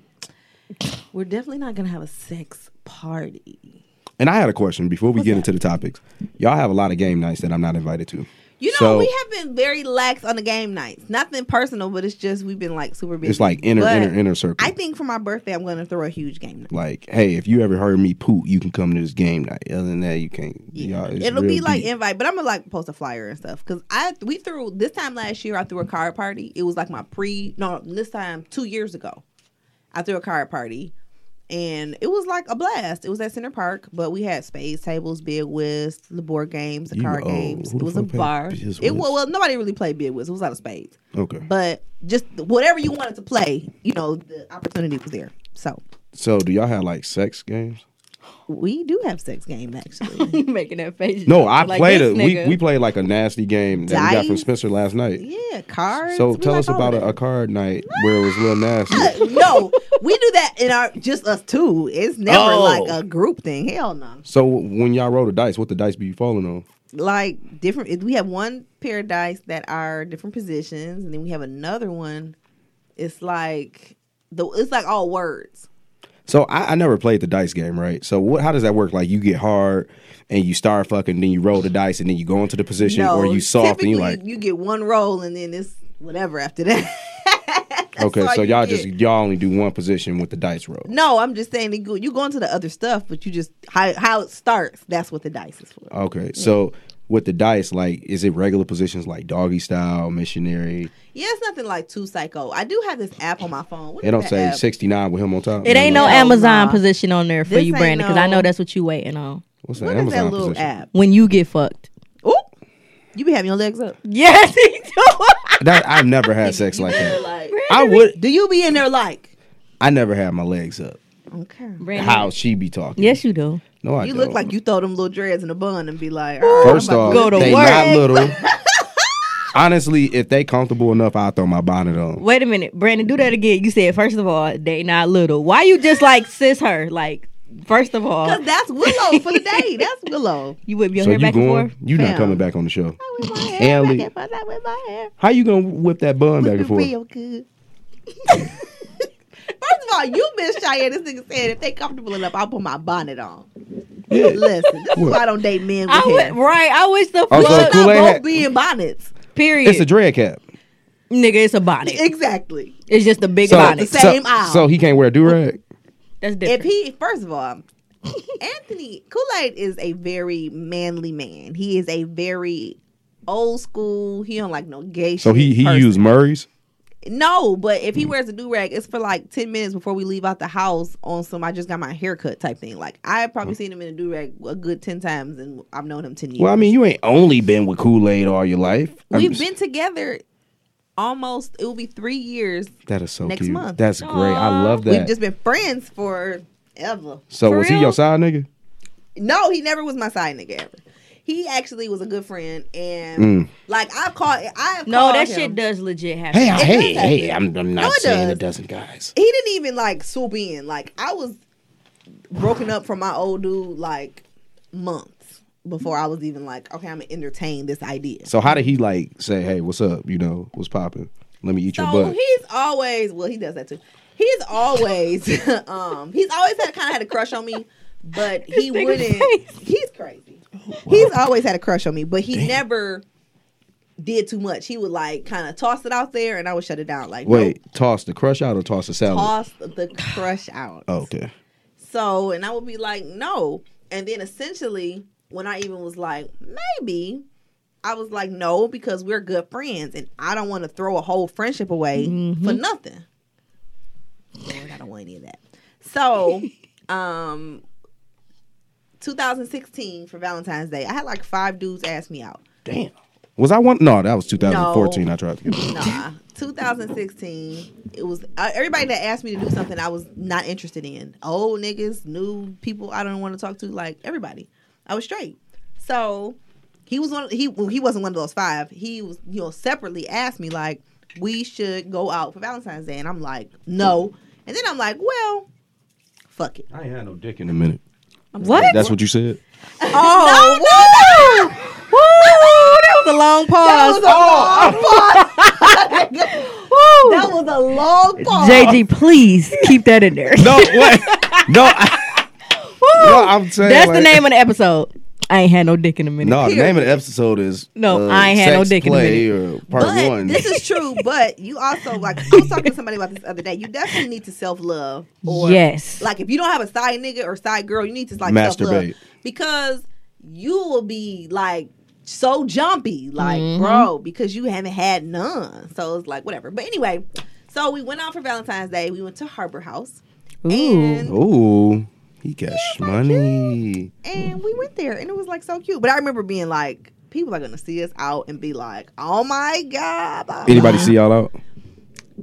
Speaker 5: We're definitely not gonna have a sex party.
Speaker 3: And I had a question before we get into the topics. Y'all have a lot of game nights that I'm not invited to.
Speaker 5: You know,
Speaker 3: So-
Speaker 5: we have been very lax on the game nights. Nothing personal, but it's just we've been like super busy.
Speaker 3: It's like inner,
Speaker 5: But
Speaker 3: inner, inner circle.
Speaker 5: I think for my birthday, I'm gonna throw a huge game night.
Speaker 3: like, hey, if you ever heard me poop, you can come to this game night. Other than that, you can't.
Speaker 5: Yeah.
Speaker 3: y'all, it's
Speaker 5: It'll be
Speaker 3: real
Speaker 5: like
Speaker 3: deep.
Speaker 5: invite, but I'm gonna like post a flyer and stuff because I we threw this time last year. I threw a card party. It was like my pre no this time two years ago. I threw a card party, and it was like a blast. It was at Center Park, but we had spades tables, bid whiz, the board games, the
Speaker 3: You
Speaker 5: card
Speaker 3: old.
Speaker 5: games.
Speaker 3: Who
Speaker 5: It
Speaker 3: the
Speaker 5: was a
Speaker 3: fuck played
Speaker 5: bar.
Speaker 3: Biz Whiz?
Speaker 5: It well, well nobody really played bid whiz. It was out of spades,
Speaker 3: okay.
Speaker 5: but just whatever you wanted to play, you know, the opportunity was there. So
Speaker 3: so, do y'all have like sex games?
Speaker 5: we do have sex game actually.
Speaker 4: you making that face?
Speaker 3: No, I
Speaker 4: Like
Speaker 3: played
Speaker 4: this
Speaker 3: it. We
Speaker 4: nigga.
Speaker 3: we played like a nasty game that we got from
Speaker 5: Dice?
Speaker 3: Spencer last night.
Speaker 5: Yeah, cards.
Speaker 3: So
Speaker 5: We
Speaker 3: tell
Speaker 5: like
Speaker 3: us
Speaker 5: all
Speaker 3: about
Speaker 5: of
Speaker 3: a,
Speaker 5: that.
Speaker 3: a card night where it was real nasty.
Speaker 5: Uh, no, we do that in our just us two. It's never
Speaker 3: Oh.
Speaker 5: like a group thing. Hell no.
Speaker 3: so when y'all roll the dice, what the dice be you falling on?
Speaker 5: Like different. We have one pair of dice that are different positions, and then we have another one. It's like the. It's like all words.
Speaker 3: So I, I never played the dice game, right? So what? How does that work? Like you get hard and you start fucking, then you roll the dice, and then you go into the position,
Speaker 5: no,
Speaker 3: or you soft and
Speaker 5: typically
Speaker 3: you like.
Speaker 5: you get one roll, and then it's whatever after that. That's
Speaker 3: Okay,
Speaker 5: all
Speaker 3: so
Speaker 5: you
Speaker 3: y'all
Speaker 5: get.
Speaker 3: just y'all only do one position with the dice roll.
Speaker 5: No, I'm just saying you go, you go into the other stuff, but you just how how it starts. That's what the dice is for.
Speaker 3: Okay, so with the dice, like is it regular positions like doggy style, missionary?
Speaker 5: Yeah, it's nothing like too psycho. I do have this app on my phone. What
Speaker 3: They
Speaker 5: is
Speaker 3: don't
Speaker 5: that
Speaker 3: say
Speaker 5: app?
Speaker 3: sixty nine with him on top.
Speaker 4: It ain't no
Speaker 5: Hell
Speaker 4: Amazon
Speaker 5: nah.
Speaker 4: position on there for
Speaker 5: This
Speaker 4: you,
Speaker 5: ain't
Speaker 4: Brandon, because I
Speaker 5: no-
Speaker 4: know that's what you waiting on.
Speaker 3: What's that
Speaker 5: What is
Speaker 3: Amazon
Speaker 5: that little
Speaker 3: position?
Speaker 5: app?
Speaker 4: When you get fucked.
Speaker 5: Ooh, you be having your legs up.
Speaker 4: Yes, he do.
Speaker 3: That I've never had sex like that.
Speaker 5: Like,
Speaker 3: I would.
Speaker 5: do you be in there like?
Speaker 3: I never had my legs up.
Speaker 5: Okay.
Speaker 4: Brandon.
Speaker 3: How she be talking?
Speaker 4: Yes, you do.
Speaker 3: No, I
Speaker 5: You
Speaker 3: don't.
Speaker 5: look like you throw them little dreads in a bun and be like, all right,
Speaker 3: First
Speaker 5: I'm about
Speaker 3: off,
Speaker 4: go to
Speaker 3: they
Speaker 4: work.
Speaker 3: not little. Honestly, if they comfortable enough, I will throw my bonnet on.
Speaker 4: Wait a minute, Brandon. Do that again. You said first of all, they not little. Why you just like sis her? Like first of all,
Speaker 5: to- that's Willow for the day. That's Willow.
Speaker 4: you whip your
Speaker 3: So
Speaker 4: hair
Speaker 3: you
Speaker 4: back
Speaker 3: going?
Speaker 4: and forth.
Speaker 3: You not
Speaker 5: Fam.
Speaker 3: coming back on the show?
Speaker 5: Not with my hair.
Speaker 3: And
Speaker 5: Not
Speaker 3: Lee.
Speaker 5: that- not with my hair.
Speaker 3: How you gonna whip that bun back and
Speaker 5: Would be
Speaker 3: forth?
Speaker 5: real good. First of all, you been shy and this nigga said if they comfortable enough, I'll put my bonnet on. Listen, this is why I don't date men with
Speaker 4: I
Speaker 5: hair.
Speaker 4: would, right. I wish the
Speaker 3: Oh,
Speaker 4: fuck
Speaker 3: so
Speaker 5: Let's not
Speaker 3: Kool-Aid
Speaker 5: both
Speaker 3: had-
Speaker 5: be in bonnets.
Speaker 4: period.
Speaker 3: It's a dread cap.
Speaker 4: nigga, it's a bonnet.
Speaker 5: Exactly.
Speaker 4: It's just a big
Speaker 3: So,
Speaker 4: bonnet.
Speaker 5: The same
Speaker 3: so,
Speaker 5: aisle.
Speaker 3: so he can't wear a do rag.
Speaker 4: That's
Speaker 5: If
Speaker 4: different.
Speaker 5: he, first of all, Anthony Kool Aid is a very manly man. He is a very old school. He don't like no gay.
Speaker 3: So he
Speaker 5: shit
Speaker 3: he
Speaker 5: person.
Speaker 3: used Murray's.
Speaker 5: no, but if he wears a do rag, it's for like ten minutes before we leave out the house on some. I just got my haircut type thing. Like I've probably seen him in a do rag a good ten times, and I've known him ten years.
Speaker 3: Well, I mean, you ain't only been with Kool Aid all your life. I'm
Speaker 5: we've
Speaker 3: just-
Speaker 5: been together almost. It will be three years.
Speaker 3: That is so
Speaker 5: next
Speaker 3: cute.
Speaker 5: month.
Speaker 3: That's great. I love that.
Speaker 5: We've just been friends forever.
Speaker 3: so
Speaker 4: For
Speaker 3: was he
Speaker 4: real?
Speaker 3: your side nigga?
Speaker 5: No, he never was my side nigga ever. He actually was a good friend, and
Speaker 3: Mm.
Speaker 5: like I called, I have
Speaker 4: no,
Speaker 5: called
Speaker 4: that
Speaker 5: him.
Speaker 4: shit does legit happen.
Speaker 3: Hey, I,
Speaker 5: does
Speaker 3: hey,
Speaker 5: happen.
Speaker 3: hey! I'm, I'm not
Speaker 5: No, it
Speaker 3: saying
Speaker 5: does.
Speaker 3: it doesn't, guys.
Speaker 5: He didn't even like swoop in. Like I was broken up from my old dude like months before I was even like, okay, I'm gonna entertain this idea.
Speaker 3: So how did he like say, "Hey, what's up? You know, what's popping? Let me eat your
Speaker 5: So
Speaker 3: butt."
Speaker 5: he's always well, he does that too. He's always um he's always had kind of had a crush on me, but he
Speaker 4: nigga
Speaker 5: wouldn't.
Speaker 4: face.
Speaker 5: He's crazy.
Speaker 3: Oh,
Speaker 5: He's always had a crush on me, but he never did too much. He would like kind of toss it out there, and I would shut it down. Like
Speaker 3: Wait, toss the crush out or toss the salad?
Speaker 5: nope, toss the crush out.
Speaker 3: Oh, okay.
Speaker 5: So, and I would be like, no. And then essentially, when I even was like, maybe, I was like, no, because we're good friends and I don't want to throw a whole friendship away for nothing. Lord, I don't want any of that. So, um, 2016 for Valentine's Day, I had like five dudes ask me out.
Speaker 3: Damn. Was I one? No, that was 2014. I tried to get.
Speaker 5: Nah, 2016. It was uh, everybody that asked me to do something I was not interested in. Old niggas, new people I don't want to talk to. Like everybody, I was straight. So he was one. He well, he wasn't one of those five. He was you know separately asked me like we should go out for Valentine's Day, and I'm like no. And then I'm like, well, fuck it.
Speaker 3: I ain't had no dick in a minute.
Speaker 4: what?
Speaker 3: That's what you said.
Speaker 5: Oh,
Speaker 4: Woo! Woo! That was a long
Speaker 5: That was
Speaker 4: pause.
Speaker 5: a long pause. that was a long pause.
Speaker 4: JG, please keep that in there.
Speaker 3: No, what? no, I, no, I'm saying
Speaker 4: That's the
Speaker 3: like-
Speaker 4: name of the episode. I ain't had no dick in a minute.
Speaker 3: No, the
Speaker 5: Period.
Speaker 3: name of the episode is uh,
Speaker 4: No, I ain't had no
Speaker 3: Sex,
Speaker 4: dick in a
Speaker 3: play or part
Speaker 5: but
Speaker 3: one.
Speaker 5: this is true. But you also like I was talking to somebody about this the other day. You definitely need to self love. Or
Speaker 4: Yes.
Speaker 5: like if you don't have a side nigga or side girl, you need to like
Speaker 3: Masturbate.
Speaker 5: self-love. because you will be like so jumpy, like
Speaker 4: Mm-hmm.
Speaker 5: bro, because you haven't had none. So it's like whatever. But anyway, so we went out for Valentine's Day. We went to Harbor House.
Speaker 3: Oh.
Speaker 4: Ooh.
Speaker 5: And
Speaker 3: Ooh, he got money.
Speaker 5: and we went there and it was like so cute. But I remember being like, people are gonna see us out and be like, oh my god. blah, blah,
Speaker 3: Anybody see y'all out?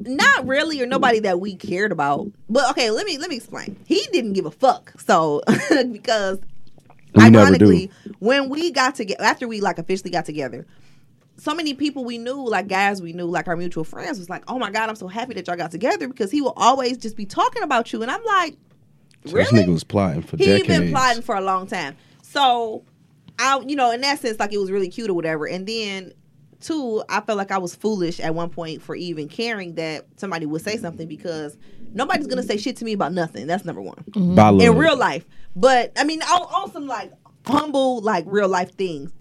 Speaker 5: not really or nobody that we cared about. But okay, let me let me explain. He didn't give a fuck. So because
Speaker 3: We never
Speaker 5: ironically, when we got together after we like officially got together, so many people we knew, like guys we knew, like our mutual friends, was like, "Oh my god, I'm so happy that y'all got together," because he will always just be talking about you, and I'm like,
Speaker 3: So
Speaker 5: "Really?"
Speaker 3: This nigga was plotting for
Speaker 5: he
Speaker 3: decades.
Speaker 5: been plotting for a long time. So, I you know in that sense like it was really cute or whatever. And then two, I felt like I was foolish at one point for even caring that somebody would say something because nobody's gonna say shit to me about nothing. That's number one
Speaker 3: By love.
Speaker 5: in real life. But I mean, on, on some like humble like real life things,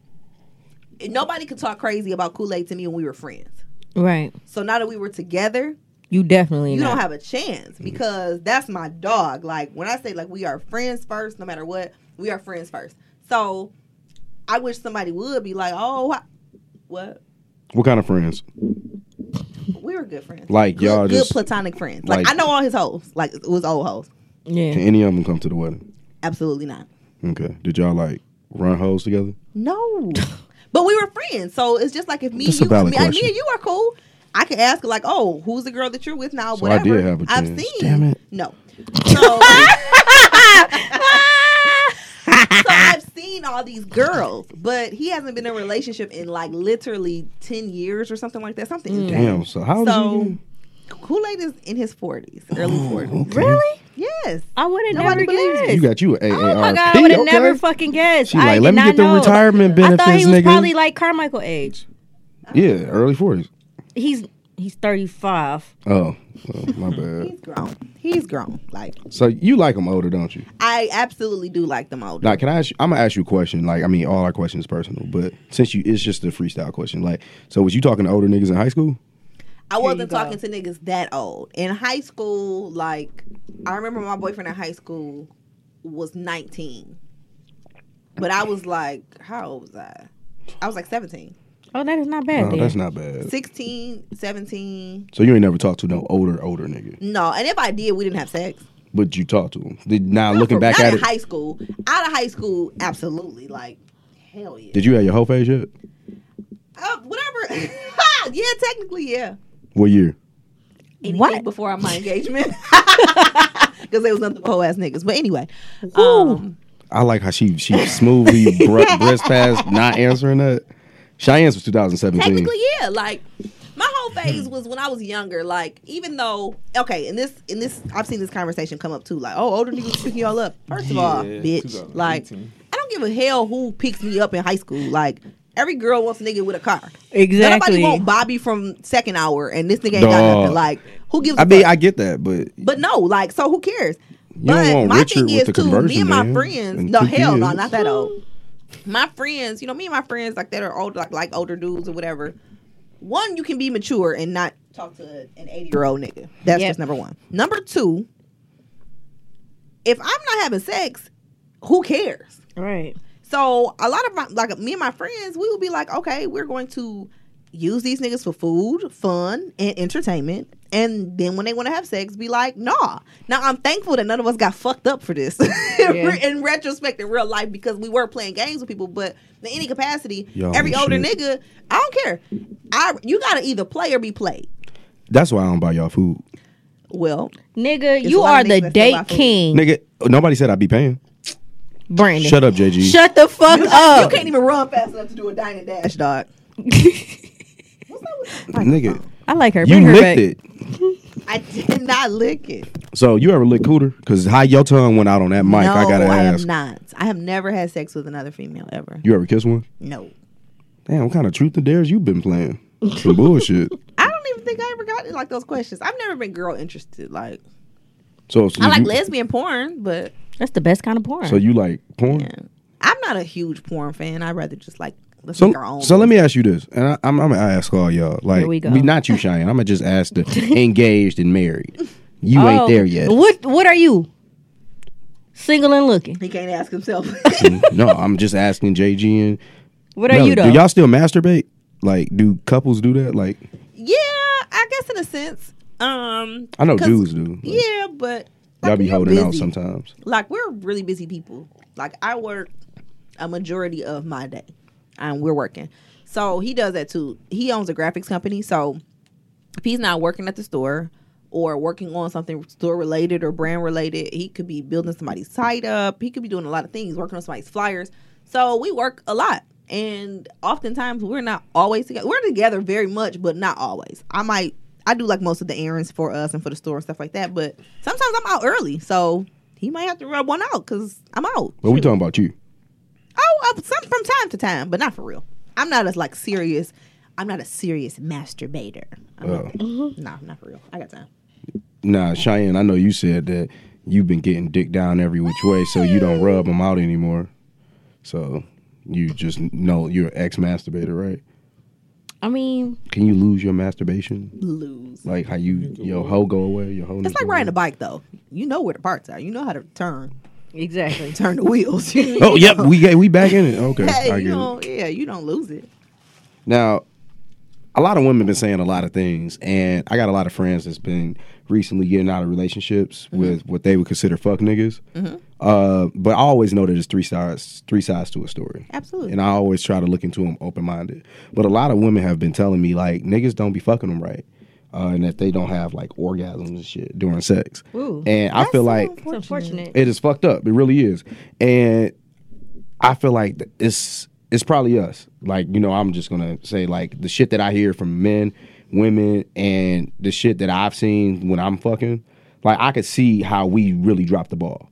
Speaker 5: nobody could talk crazy about Kool Aid to me when we were friends.
Speaker 4: Right.
Speaker 5: So now that we were together,
Speaker 4: You definitely
Speaker 5: you
Speaker 4: not.
Speaker 5: don't have a
Speaker 3: Mm-hmm.
Speaker 5: chance because that's my dog. Like when I say like we are friends first, no matter what, we are friends first. So I wish somebody would be like, oh, I- what?
Speaker 3: What kind of friends?
Speaker 5: We were good friends.
Speaker 3: Like,
Speaker 5: Good-
Speaker 3: y'all
Speaker 5: good
Speaker 3: just-
Speaker 5: platonic friends. Like,
Speaker 3: like-
Speaker 5: I know all his hoes. Like it was old hoes.
Speaker 3: Can
Speaker 4: yeah.
Speaker 3: any of them come to the wedding?
Speaker 5: Absolutely not.
Speaker 3: Okay. Did y'all like run hoes together?
Speaker 5: No. But we were friends, so it's just like if me
Speaker 3: That's a
Speaker 5: and you,
Speaker 3: valid
Speaker 5: me, I- me
Speaker 3: question.
Speaker 5: and you are cool. I can ask like, oh, who's the girl that you're with now?
Speaker 3: So I
Speaker 5: Whatever.
Speaker 3: did have a
Speaker 5: I've
Speaker 3: chance.
Speaker 5: seen.
Speaker 3: Damn it.
Speaker 5: No. So,
Speaker 4: Ah!
Speaker 3: Mm-hmm.
Speaker 5: So I've seen all these girls, but he hasn't been in a relationship in like literally ten years or something like that. Something.
Speaker 4: Mm.
Speaker 3: Damn. So how old
Speaker 5: So-
Speaker 3: is you?
Speaker 5: Kool Aid is in his forties, early forties.
Speaker 3: Okay.
Speaker 4: Really?
Speaker 5: Yes.
Speaker 4: I would have never
Speaker 5: Nobody believes you.
Speaker 4: guessed.
Speaker 3: You got you an AARP.
Speaker 4: Oh my god, I would have never fucking guessed.
Speaker 3: She
Speaker 4: I
Speaker 3: like,
Speaker 4: did
Speaker 3: let me
Speaker 4: not
Speaker 3: get the
Speaker 4: know.
Speaker 3: retirement
Speaker 4: I
Speaker 3: benefits,
Speaker 4: thought he was
Speaker 3: nigga.
Speaker 4: probably like Carmichael age.
Speaker 3: yeah, early forties.
Speaker 4: He's he's thirty five.
Speaker 3: Oh, well, my bad.
Speaker 5: He's grown. He's grown. Like
Speaker 3: So you like them older, don't you?
Speaker 5: I absolutely do like them older.
Speaker 3: Now, can I ask you? I'm gonna ask you a question. Like, I mean, all our questions personal, but since you, it's just a freestyle question. Like, so was you talking to older niggas in high school?
Speaker 5: I
Speaker 4: Here you
Speaker 5: wasn't
Speaker 4: go.
Speaker 5: talking to niggas that old. In high school, like I remember my boyfriend in high school was 19. But I was like, how old was I? I was like 17.
Speaker 4: Oh, that is not bad.
Speaker 3: No,
Speaker 4: then.
Speaker 3: that's not bad.
Speaker 5: 16, 17.
Speaker 3: So you ain't never talked to no older older nigga,
Speaker 5: No, and if I did, we didn't have sex.
Speaker 3: but you talked to him. Did, now looking
Speaker 5: Not
Speaker 3: back at
Speaker 5: in
Speaker 3: it,
Speaker 5: high school. Out of high school, absolutely. Like, hell yeah.
Speaker 3: did you have your whole phase yet?
Speaker 5: Uh, whatever. yeah, technically, yeah.
Speaker 3: What year?
Speaker 5: Anything
Speaker 4: What?
Speaker 5: before my engagement. Because they was nothing but hoe ass niggas. But anyway. Um,
Speaker 3: I like how she she smoothly br- breast past not answering that. Cheyenne's was 2017.
Speaker 5: Technically, yeah. Like my whole phase was when I was younger. Like even though, okay, in this in this, I've seen this conversation come up too. Like, oh, older niggas picking y'all up. First of all,
Speaker 7: Yeah,
Speaker 5: bitch.
Speaker 7: 2018.
Speaker 5: Like, I don't give a hell who picks me up in high school. Like. Every girl wants a nigga with a car.
Speaker 4: Exactly.
Speaker 5: Nobody want Bobby from second hour, and this nigga ain't got
Speaker 3: Dog.
Speaker 5: nothing. Like, who gives? a
Speaker 3: I mean,
Speaker 5: fuck?
Speaker 3: I get that, but
Speaker 5: But no, like, so who cares?
Speaker 3: don't
Speaker 5: but
Speaker 3: want
Speaker 5: my
Speaker 3: Richard
Speaker 5: thing
Speaker 3: with
Speaker 5: is
Speaker 3: the
Speaker 5: too, me
Speaker 3: conversion,
Speaker 5: and my
Speaker 3: man,
Speaker 5: friends,
Speaker 3: and
Speaker 5: no
Speaker 3: two
Speaker 5: hell no,
Speaker 3: kids.
Speaker 5: not that old. My friends, you know, me and my friends like that are old, like like older dudes or whatever. One, you can be mature and not talk to an eighty year old nigga. That's
Speaker 4: Yep.
Speaker 5: just number one. Number two, if I'm not having sex, who cares?
Speaker 4: right.
Speaker 5: So a lot of my like me and my friends, we would be like, okay, we're going to use these niggas for food, fun, and entertainment. And then when they want to have sex, be like, nah. Now I'm thankful that none of us got fucked up for this
Speaker 4: Yeah.
Speaker 5: in retrospect in real life because we were playing games with people. But in any capacity,
Speaker 3: Yo,
Speaker 5: every older
Speaker 3: shit.
Speaker 5: nigga, I don't care. I you gotta either play or be played.
Speaker 3: that's why I don't buy y'all food,
Speaker 5: Well,
Speaker 4: Nigga,
Speaker 5: It's a
Speaker 4: you
Speaker 5: lot
Speaker 4: are
Speaker 5: of niggas
Speaker 4: the
Speaker 5: that still buy
Speaker 4: date
Speaker 5: food.
Speaker 4: king,
Speaker 3: nigga. Nobody said I'd be paying.
Speaker 4: Brandon.
Speaker 3: Shut up, JG.
Speaker 4: Shut the fuck
Speaker 5: you
Speaker 4: up.
Speaker 5: can't even run fast enough to do a dine and dash, dog.
Speaker 3: nigga.
Speaker 4: I like her.
Speaker 3: You
Speaker 4: Bring her
Speaker 3: licked
Speaker 4: back.
Speaker 3: it.
Speaker 5: I did not lick it.
Speaker 3: So you ever lick cooter? Cause how your tongue went out on that mic?
Speaker 5: no,
Speaker 3: I gotta
Speaker 5: I
Speaker 3: ask.
Speaker 5: have not. I have never had sex with another female ever.
Speaker 3: You ever kiss one?
Speaker 5: No.
Speaker 3: Damn, what kind of truth and dares you been playing? Some bullshit.
Speaker 5: I don't even think I ever got like those questions. I've never been girl interested. Like
Speaker 3: So, so
Speaker 5: I like
Speaker 3: you,
Speaker 5: lesbian porn, but
Speaker 4: That's the best kind of porn.
Speaker 3: So you like porn?
Speaker 5: I'm not a huge porn fan. I rather just like let's
Speaker 3: So,
Speaker 5: make our own.
Speaker 3: so let me ask you this, and I, I'm, I'm gonna ask all y'all. Like,
Speaker 4: we go.
Speaker 3: not you, Cheyenne. I'm gonna just ask the engaged and married. You
Speaker 4: Oh,
Speaker 3: ain't there yet.
Speaker 4: What What are you? Single and looking.
Speaker 5: He can't ask himself.
Speaker 3: no, I'm just asking JG and.
Speaker 4: What are
Speaker 3: Melly,
Speaker 4: you though?
Speaker 3: do y'all still masturbate? Like, do couples do that? Like,
Speaker 5: yeah, I guess in a sense. Um,
Speaker 3: I know
Speaker 5: 'cause-
Speaker 3: dudes do. but
Speaker 5: Yeah, but
Speaker 3: y'all
Speaker 5: like,
Speaker 3: be
Speaker 5: we're
Speaker 3: holding out
Speaker 5: busy.
Speaker 3: sometimes.
Speaker 5: Like we're really busy people. Like I work a majority of my day, and we're working. So he does that too. He owns a graphics company, so if he's not working at the store or working on something store related or brand related, he could be building somebody's site up. He could be doing a lot of things, working on somebody's flyers. So we work a lot. And oftentimes we're not always together. We're together very much, but not always. I might I do like most of the errands for us and for the store and stuff like that, but sometimes I'm out early. So he might have to rub one out because I'm out.
Speaker 3: But we talking about you.
Speaker 5: Oh, uh, some from time to time, but not for real. I'm not as like serious. I'm not a serious masturbator. I'm not- Nah, not for real. I got time.
Speaker 3: Nah, Cheyenne. I know you said that you've been getting dick down every which way, so you don't rub them out anymore. So you just know you're an ex masturbator, right?
Speaker 4: I mean,
Speaker 3: Can you lose your masturbation?
Speaker 5: Lose.
Speaker 3: Like how you your hoe go away, your hoe.
Speaker 5: It's like riding a bike though. You know where the parts are. You know how to turn,
Speaker 4: exactly.
Speaker 5: turn the wheels.
Speaker 3: Oh yep, we get we back in it. Okay,
Speaker 5: Hey,
Speaker 3: I
Speaker 5: you
Speaker 3: get it.
Speaker 5: don't, yeah, you don't lose it.
Speaker 3: Now, a lot of women been saying a lot of things, and I got a lot of friends that's been recently getting out of relationships
Speaker 5: Mm-hmm.
Speaker 3: with what they would consider fuck niggas. Uh, but I always know that there's three sides, three sides to a story.
Speaker 5: Absolutely.
Speaker 3: And I always try to look into them open minded. But a lot of women have been telling me like niggas don't be fucking them right, uh, and that they don't have like orgasms and shit during sex.
Speaker 4: Ooh.
Speaker 3: and I feel like
Speaker 4: It's unfortunate.
Speaker 3: it is fucked up. It really is. And I feel like th- it's it's probably us. Like, you know, I'm just gonna say like the shit that I hear from men, women, and the shit that I've seen when I'm fucking, like I could see how we really drop the ball.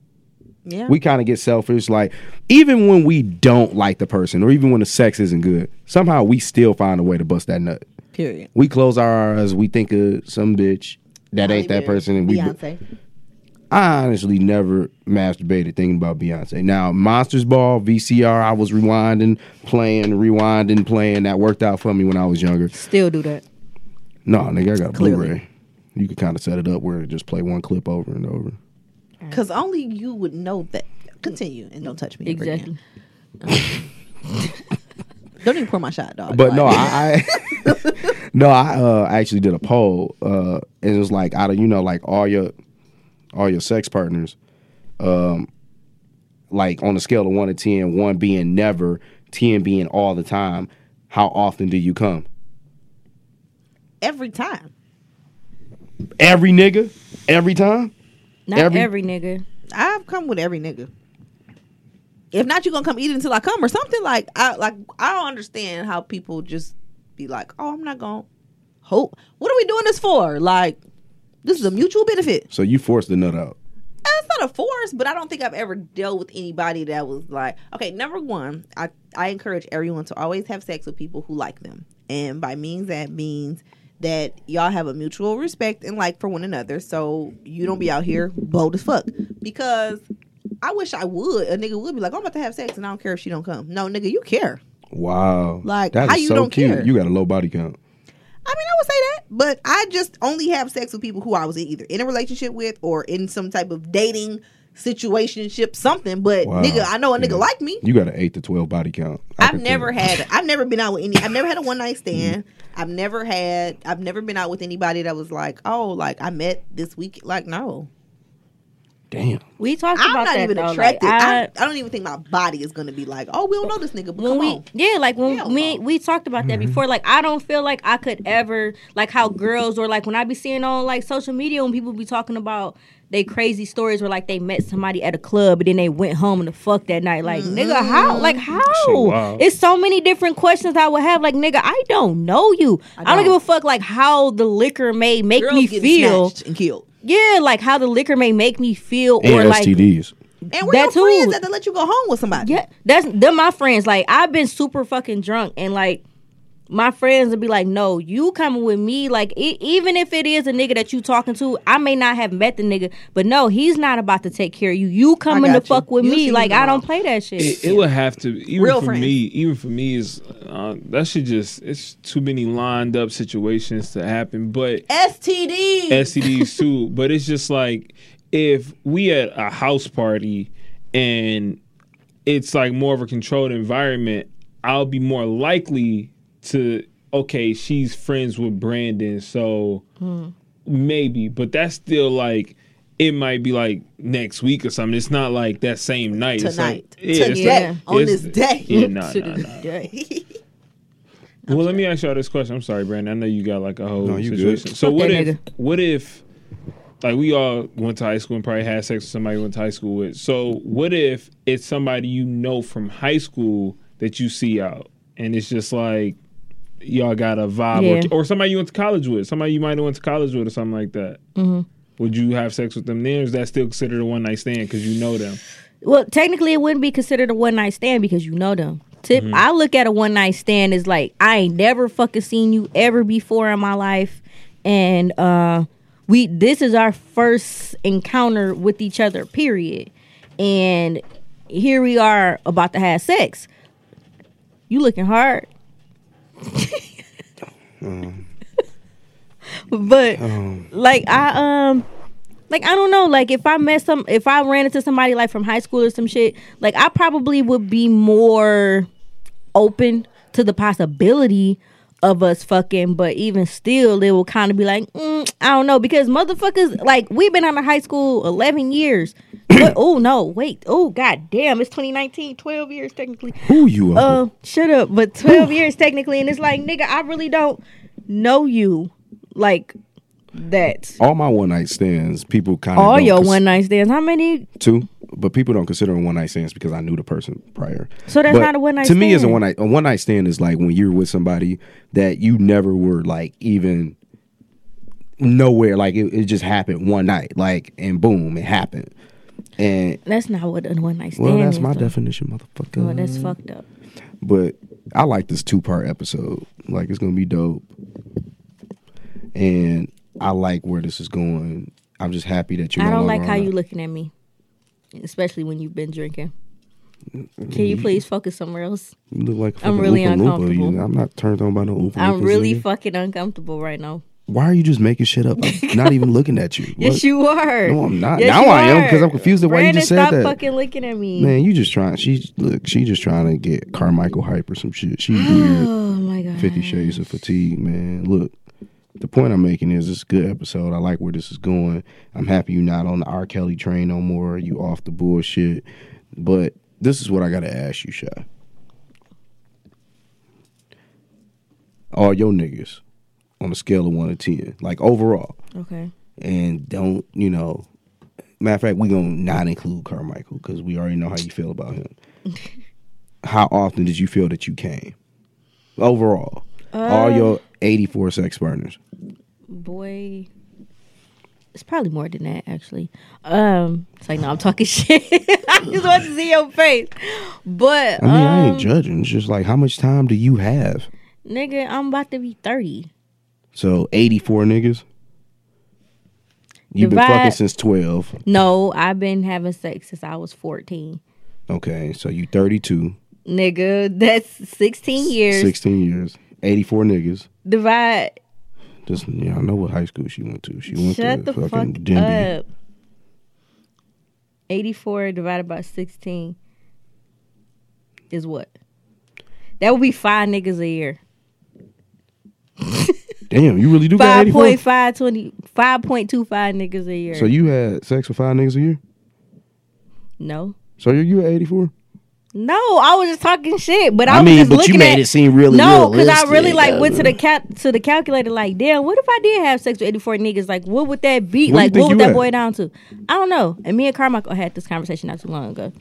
Speaker 5: Yeah.
Speaker 3: We kind of get selfish. Like, even when we don't like the person or even when the sex isn't good, somehow we still find a way to bust that nut.
Speaker 5: Period.
Speaker 3: We close our eyes, we think of some bitch that ain't that
Speaker 5: Bieber,
Speaker 3: person, and we
Speaker 5: Beyonce.
Speaker 3: I honestly never masturbated thinking about Beyonce. Now, Monsters Ball, VCR, I was rewinding, playing, rewinding, playing. That worked out for me when I was younger.
Speaker 4: Still do that.
Speaker 3: No, nigga, I got a
Speaker 5: Clearly.
Speaker 3: Blu-ray. You could kind of set it up where it just play one clip over and over.
Speaker 5: Because only you would know that. Continue and don't touch me. ever again.
Speaker 4: Exactly.
Speaker 5: Don't even pour my shot, dog.
Speaker 3: But
Speaker 5: Like,
Speaker 3: no, I, I no, I uh, actually did a poll, uh, and it was like out of you know like all your all your sex partners, um, like on a scale of one to ten, one being never, ten being all the time. How often do you come?
Speaker 5: every time.
Speaker 3: every nigga every time
Speaker 4: Not
Speaker 3: Every-
Speaker 4: every, nigga.
Speaker 5: I've come with every nigga. If not, you gonna come eat it until I come or something. Like I like I don't understand how people just be like, oh, I'm not gonna hope. What are we doing this for? Like this is a mutual benefit.
Speaker 3: so you forced the nut out
Speaker 5: Uh, It's not a force, but I don't think I've ever dealt with anybody that was like, okay, number one, I I encourage everyone to always have sex with people who like them, and by means that means that y'all have a mutual respect and like for one another, so you don't be out here bold as fuck because. I wish I would. A nigga would be like, I'm about to have sex, and I don't care if she don't come. No, nigga, you care.
Speaker 3: wow
Speaker 5: Like, how you don't care?
Speaker 3: you got a low body count
Speaker 5: I mean, I would say that, but I just only have sex with people who I was either in a relationship with or in some type of dating situationship, something. But
Speaker 3: Wow.
Speaker 5: nigga, I know a nigga
Speaker 3: Yeah.
Speaker 5: like me.
Speaker 3: you got an 8 to 12 body count I
Speaker 5: I've
Speaker 3: could
Speaker 5: never
Speaker 3: tell.
Speaker 5: had. I've never been out with any. I've never had a one
Speaker 3: Mm-hmm.
Speaker 5: night stand. I've never had. I've never been out with anybody that was like, oh, like I met this week. Like no,
Speaker 3: damn
Speaker 4: We talked
Speaker 5: I'm
Speaker 4: about
Speaker 5: not
Speaker 4: that
Speaker 5: even
Speaker 4: though. like,
Speaker 5: attracted. I,
Speaker 4: I-
Speaker 5: I don't even think my body is gonna be like, oh, we don't know this nigga. But
Speaker 4: when
Speaker 5: come
Speaker 4: we
Speaker 5: on.
Speaker 4: yeah like when
Speaker 5: Hell
Speaker 4: we
Speaker 5: no.
Speaker 4: we talked about that before like i don't feel like i could ever like how girls or like when i be seeing on like social media when people be talking about they crazy stories where like they met somebody at a club and then they went home and the fuck that night like
Speaker 5: Mm-hmm.
Speaker 4: nigga how like how
Speaker 7: wild.
Speaker 4: it's so many different questions i would have like nigga i don't know you i don't,
Speaker 5: don't.
Speaker 4: give a fuck like how the liquor may make
Speaker 5: Girls
Speaker 4: me
Speaker 5: getting
Speaker 4: feel
Speaker 5: snatched and killed.
Speaker 4: yeah like how the liquor may make me feel
Speaker 3: and
Speaker 4: or like
Speaker 3: stds
Speaker 5: And we're
Speaker 4: That
Speaker 5: your friends
Speaker 4: too.
Speaker 5: that they let you go home with somebody.
Speaker 4: Yeah, that's they're my friends. Like I've been super fucking drunk, and like my friends would be like, "No, you coming with me?" Like e- even if it is a nigga that you talking to, I may not have met the nigga, but no, he's not about to take care of you. You coming to
Speaker 5: got you.
Speaker 4: fuck with
Speaker 5: You see
Speaker 4: me?
Speaker 5: him
Speaker 4: Like I
Speaker 5: tomorrow.
Speaker 4: don't play that shit.
Speaker 7: It, it would have to even
Speaker 5: Real
Speaker 7: for
Speaker 5: friends.
Speaker 7: me. Even for me is uh, that should just it's too many lined up situations to happen. But
Speaker 5: STD.
Speaker 7: STDs too. But it's just like if we at a house party and it's like more of a controlled environment, I'll be more likely to okay, she's friends with Brandon, so
Speaker 5: Hmm.
Speaker 7: maybe. But that's still like it might be like next week or something. It's not like that same night. It's like-
Speaker 5: Tonight.
Speaker 7: yeah, it's
Speaker 5: Today.
Speaker 7: like-
Speaker 5: On
Speaker 7: it's-
Speaker 5: this day.
Speaker 7: Yeah, no,
Speaker 4: To
Speaker 7: no,
Speaker 4: this
Speaker 7: no.
Speaker 4: day.
Speaker 7: Well, let me ask y'all this question. I'm sorry, Brandon. I know you got like a whole
Speaker 3: No, you
Speaker 7: situation. So
Speaker 4: Fuck
Speaker 7: what
Speaker 4: that
Speaker 7: if
Speaker 4: nigga.
Speaker 7: what if like we all went to high school and probably had sex with somebody we went to high school with. So what if it's somebody you know from high school that you see out and it's just like y'all got a vibe
Speaker 4: Yeah.
Speaker 7: or, or somebody you went to college with, somebody you might have went to college with or something like that. Would you have sex with them then? Or is that still considered a one night stand because you know them?
Speaker 4: Well, technically, it wouldn't be considered a one night stand because you know them. Tip, I look at a one night stand as like I ain't never fucking seen you ever before in my life, and uh, we this is our first encounter with each other. Period. And here we are about to have sex. You looking hard. but like I um like I don't know, like if I met some if I ran into somebody like from high school or some shit, like I probably would be more open to the possibility of us fucking, but even still it will kind of be like, mm, I don't know because motherfuckers like we've been out of high school 11 years. What- oh no, wait. Oh god damn, it's 2019, 12 years technically.
Speaker 3: Who you are?
Speaker 4: Um, shut up. But twelve years technically, and it's like, nigga, I really don't know you like that.
Speaker 3: all my one night stands, people kind of
Speaker 4: All your one night stands. How many?
Speaker 3: two, but people don't consider them one night stands because I knew the person prior.
Speaker 4: So that's
Speaker 3: But
Speaker 4: not a one-night
Speaker 3: To me, is a
Speaker 4: stand.
Speaker 3: one night a one night stand is like when you're with somebody that you never were like even nowhere. Like it, it just happened one night, like and boom, it happened. And
Speaker 4: That's not what a one night stand
Speaker 3: well, that's
Speaker 4: is.
Speaker 3: my
Speaker 4: though.
Speaker 3: definition, motherfucker.
Speaker 4: Well, that's fucked up.
Speaker 3: but I like this two part episode. Like it's gonna be dope, and I like where this is going. I'm just happy that you.
Speaker 4: I don't like how you looking at me, especially when you've been drinking. Can you please focus somewhere else?
Speaker 3: You look like a
Speaker 4: I'm
Speaker 3: fucking
Speaker 4: really
Speaker 3: Oompa Loompa.
Speaker 4: uncomfortable.
Speaker 3: You- I'm not turned on by no Oompa
Speaker 4: I'm
Speaker 3: Loompas
Speaker 4: really
Speaker 3: either.
Speaker 4: fucking uncomfortable right now.
Speaker 3: Why are you just making shit up? I'm not even looking at you.
Speaker 4: Yes,
Speaker 3: What?
Speaker 4: you are.
Speaker 3: No, I'm not.
Speaker 4: Yes,
Speaker 3: Now
Speaker 4: you
Speaker 3: I am,
Speaker 4: are.
Speaker 3: 'cause I'm confused at why you
Speaker 4: Brandon,
Speaker 3: just said
Speaker 4: stop
Speaker 3: that.
Speaker 4: fucking looking at me.
Speaker 3: Man, you just trying. She look. She just trying to get Carmichael hype or some shit. She weird.
Speaker 4: Oh my god.
Speaker 3: Fifty Shades of Fatigue, man. Look, the point I'm making is this is a good episode. I like where this is going. I'm happy you're not on the R. Kelly train no more. You off the bullshit. But this is what I gotta ask you, Shy. All your niggas on a scale of one to ten, like overall,
Speaker 4: Okay.
Speaker 3: and don't you know? Matter of fact, we gonna not include Carmichael because we already know how you feel about him. how often did you feel that you came? Overall, all
Speaker 4: Uh,
Speaker 3: your eighty-four sex partners.
Speaker 4: boy it's probably more than that actually um it's like no i'm talking shit i just want to see your face but
Speaker 3: I mean,
Speaker 4: um,
Speaker 3: I ain't judging. It's just like how much time do you have?
Speaker 4: nigga i'm about to be 30
Speaker 3: So eighty-four niggas. You've been
Speaker 4: Divide-
Speaker 3: fucking since twelve.
Speaker 4: no i've been having sex since i was 14
Speaker 3: Okay, so you thirty-two.
Speaker 4: nigga that's 16 years
Speaker 3: Sixteen years. Eighty-four niggas.
Speaker 4: divide
Speaker 3: Just yeah, I know what high school she went to. She went
Speaker 4: shut
Speaker 3: to
Speaker 4: the fuck
Speaker 3: fucking Denby.
Speaker 4: up 84 divided by 16 is what that would be five niggas a year
Speaker 3: Damn, you really do got
Speaker 4: Five
Speaker 3: eighty-four.
Speaker 4: point five twenty five point two five niggas a year.
Speaker 3: So you had sex with five niggas a year?
Speaker 4: no.
Speaker 3: So you you at 84?
Speaker 4: No, I was just talking shit, but I,
Speaker 3: I
Speaker 4: was
Speaker 3: mean,
Speaker 4: just
Speaker 3: but
Speaker 4: looking
Speaker 3: you made
Speaker 4: at,
Speaker 3: it seem really
Speaker 4: no, because I
Speaker 3: realistic.
Speaker 4: really like went to the cal- to the calculator. Like, damn, what if I did have sex with eighty four niggas? Like, what would that be?
Speaker 3: What do you
Speaker 4: like,
Speaker 3: think
Speaker 4: what would
Speaker 3: you
Speaker 4: that
Speaker 3: at?
Speaker 4: boy down to? I don't know. And me and Carmichael had this conversation not too long ago.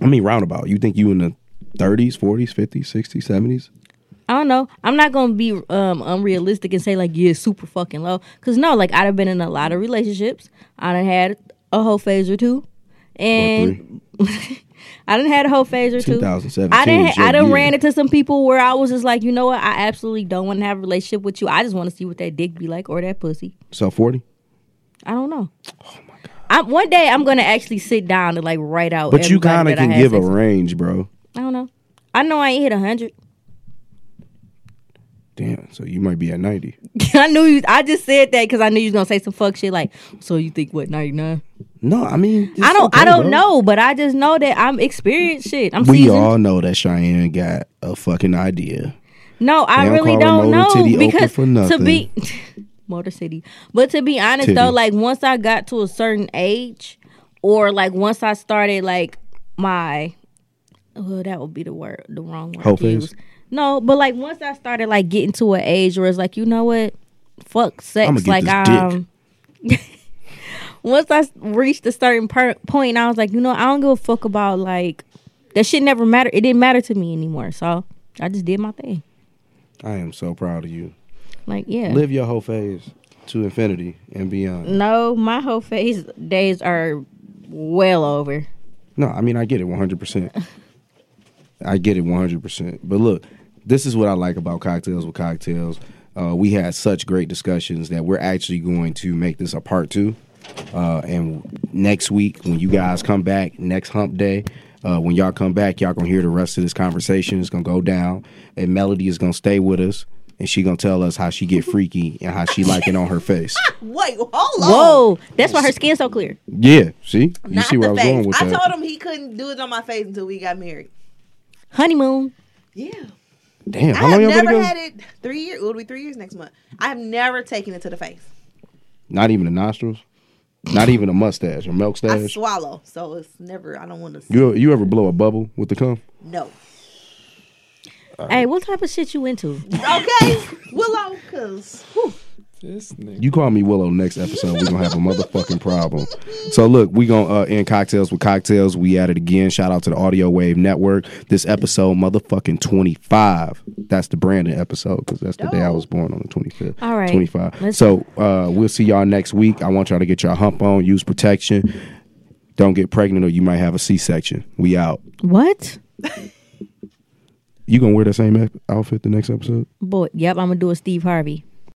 Speaker 3: I mean, roundabout. You think you in the 30s, 40s, 50s, 60s, 70s?
Speaker 4: I don't know. I'm not gonna be um, unrealistic and say like yeah, super fucking low. Cause no, like I'd have been in a lot of relationships. I'd have had a whole phase or two, and I didn't had a whole phase or two.
Speaker 3: 2017
Speaker 4: I didn't.
Speaker 3: your
Speaker 4: I done
Speaker 3: year.
Speaker 4: ran into some people where I was just like, you know what? I absolutely don't want to have a relationship with you. I just want to see what that dick be like or that pussy.
Speaker 3: So forty.
Speaker 4: I don't know. Oh my god! I, one day I'm gonna actually sit down and like write out.
Speaker 3: But you kind
Speaker 4: everybody
Speaker 3: of
Speaker 4: that I
Speaker 3: can
Speaker 4: had
Speaker 3: give a
Speaker 4: sex with.
Speaker 3: range, bro.
Speaker 4: I don't know. I know I ain't hit hundred.
Speaker 3: Damn. So you might be at ninety.
Speaker 4: I knew you. I just said that because I knew you was gonna say some fuck shit like. So you think what ninety nine?
Speaker 3: No, I mean it's
Speaker 4: I don't.
Speaker 3: okay,
Speaker 4: I don't
Speaker 3: bro.
Speaker 4: know, but I just know that I'm experienced shit. I'm
Speaker 3: We
Speaker 4: seasoned.
Speaker 3: all know that Cheyenne got a fucking idea.
Speaker 4: No, I
Speaker 3: Damn
Speaker 4: really
Speaker 3: Carla
Speaker 4: don't
Speaker 3: Motor
Speaker 4: know
Speaker 3: City open
Speaker 4: because
Speaker 3: for
Speaker 4: to
Speaker 3: nothing.
Speaker 4: be Motor City, but to be honest
Speaker 3: Titty.
Speaker 4: though, like once I got to a certain age, or like once I started like my, well, that would be the word, the wrong word.
Speaker 3: Whole
Speaker 4: to use.
Speaker 3: phase?
Speaker 4: No, but like once I started like getting to an age where it's like you know what, fuck sex.
Speaker 3: I'ma get
Speaker 4: like
Speaker 3: this dick.
Speaker 4: um, once I s- reached a certain per- point, I was like, you know, I don't give a fuck about like that shit. Never matter. It didn't matter to me anymore. So I just did my thing.
Speaker 3: I am so proud of you.
Speaker 4: Like yeah.
Speaker 3: Live your whole phase to infinity and beyond.
Speaker 4: No, my whole face days are well over.
Speaker 3: No, I mean I get it 100%. I get it 100%. But look, this is what I like about cocktails with cocktails. Uh, we had such great discussions that we're actually going to make this a part 2. Uh, and next week when you guys come back, next hump day, uh, when y'all come back, y'all going to hear the rest of this conversation. It's going to go down and Melody is going to stay with us and she going to tell us how she get freaky and how she like it on her face.
Speaker 5: Wait, hold on.
Speaker 4: Whoa, that's why her skin's so clear.
Speaker 3: Yeah, see? You
Speaker 5: Not
Speaker 3: see where I
Speaker 5: the
Speaker 3: was
Speaker 5: face.
Speaker 3: going with
Speaker 5: I
Speaker 3: that.
Speaker 5: told him he couldn't do it on my face until we got married.
Speaker 4: Honeymoon.
Speaker 5: Yeah.
Speaker 3: Damn,
Speaker 5: I
Speaker 3: how long
Speaker 5: have
Speaker 3: y'all been
Speaker 5: never
Speaker 3: together?
Speaker 5: had it three years. It will be three years next month. I have never taken it to the face.
Speaker 3: Not even the nostrils. Not even a mustache or milk
Speaker 5: I
Speaker 3: stash.
Speaker 5: swallow, so it's never. I don't want to.
Speaker 3: You you ever blow a bubble with the cum?
Speaker 5: No.
Speaker 4: Hey, what type of shit you into?
Speaker 5: Okay, Willow, cause whew,
Speaker 7: This nigga.
Speaker 3: You call me Willow next episode. We're gonna have a motherfucking problem. So look, we gonna uh, end cocktails with cocktails. We at it again. Shout out to the Audio Wave Network. This episode, motherfucking twenty five. That's the Brandon episode because that's the day I was born on the twenty fifth.
Speaker 4: All right.
Speaker 3: twenty five.
Speaker 4: Let's-
Speaker 3: So uh, we'll see y'all next week. I want y'all to get y'all hump on. Use protection. Don't get pregnant or you might have a C section. We out.
Speaker 4: What?
Speaker 3: You gonna wear that same outfit the next episode?
Speaker 4: Boy, yep, I'm gonna do a Steve Harvey.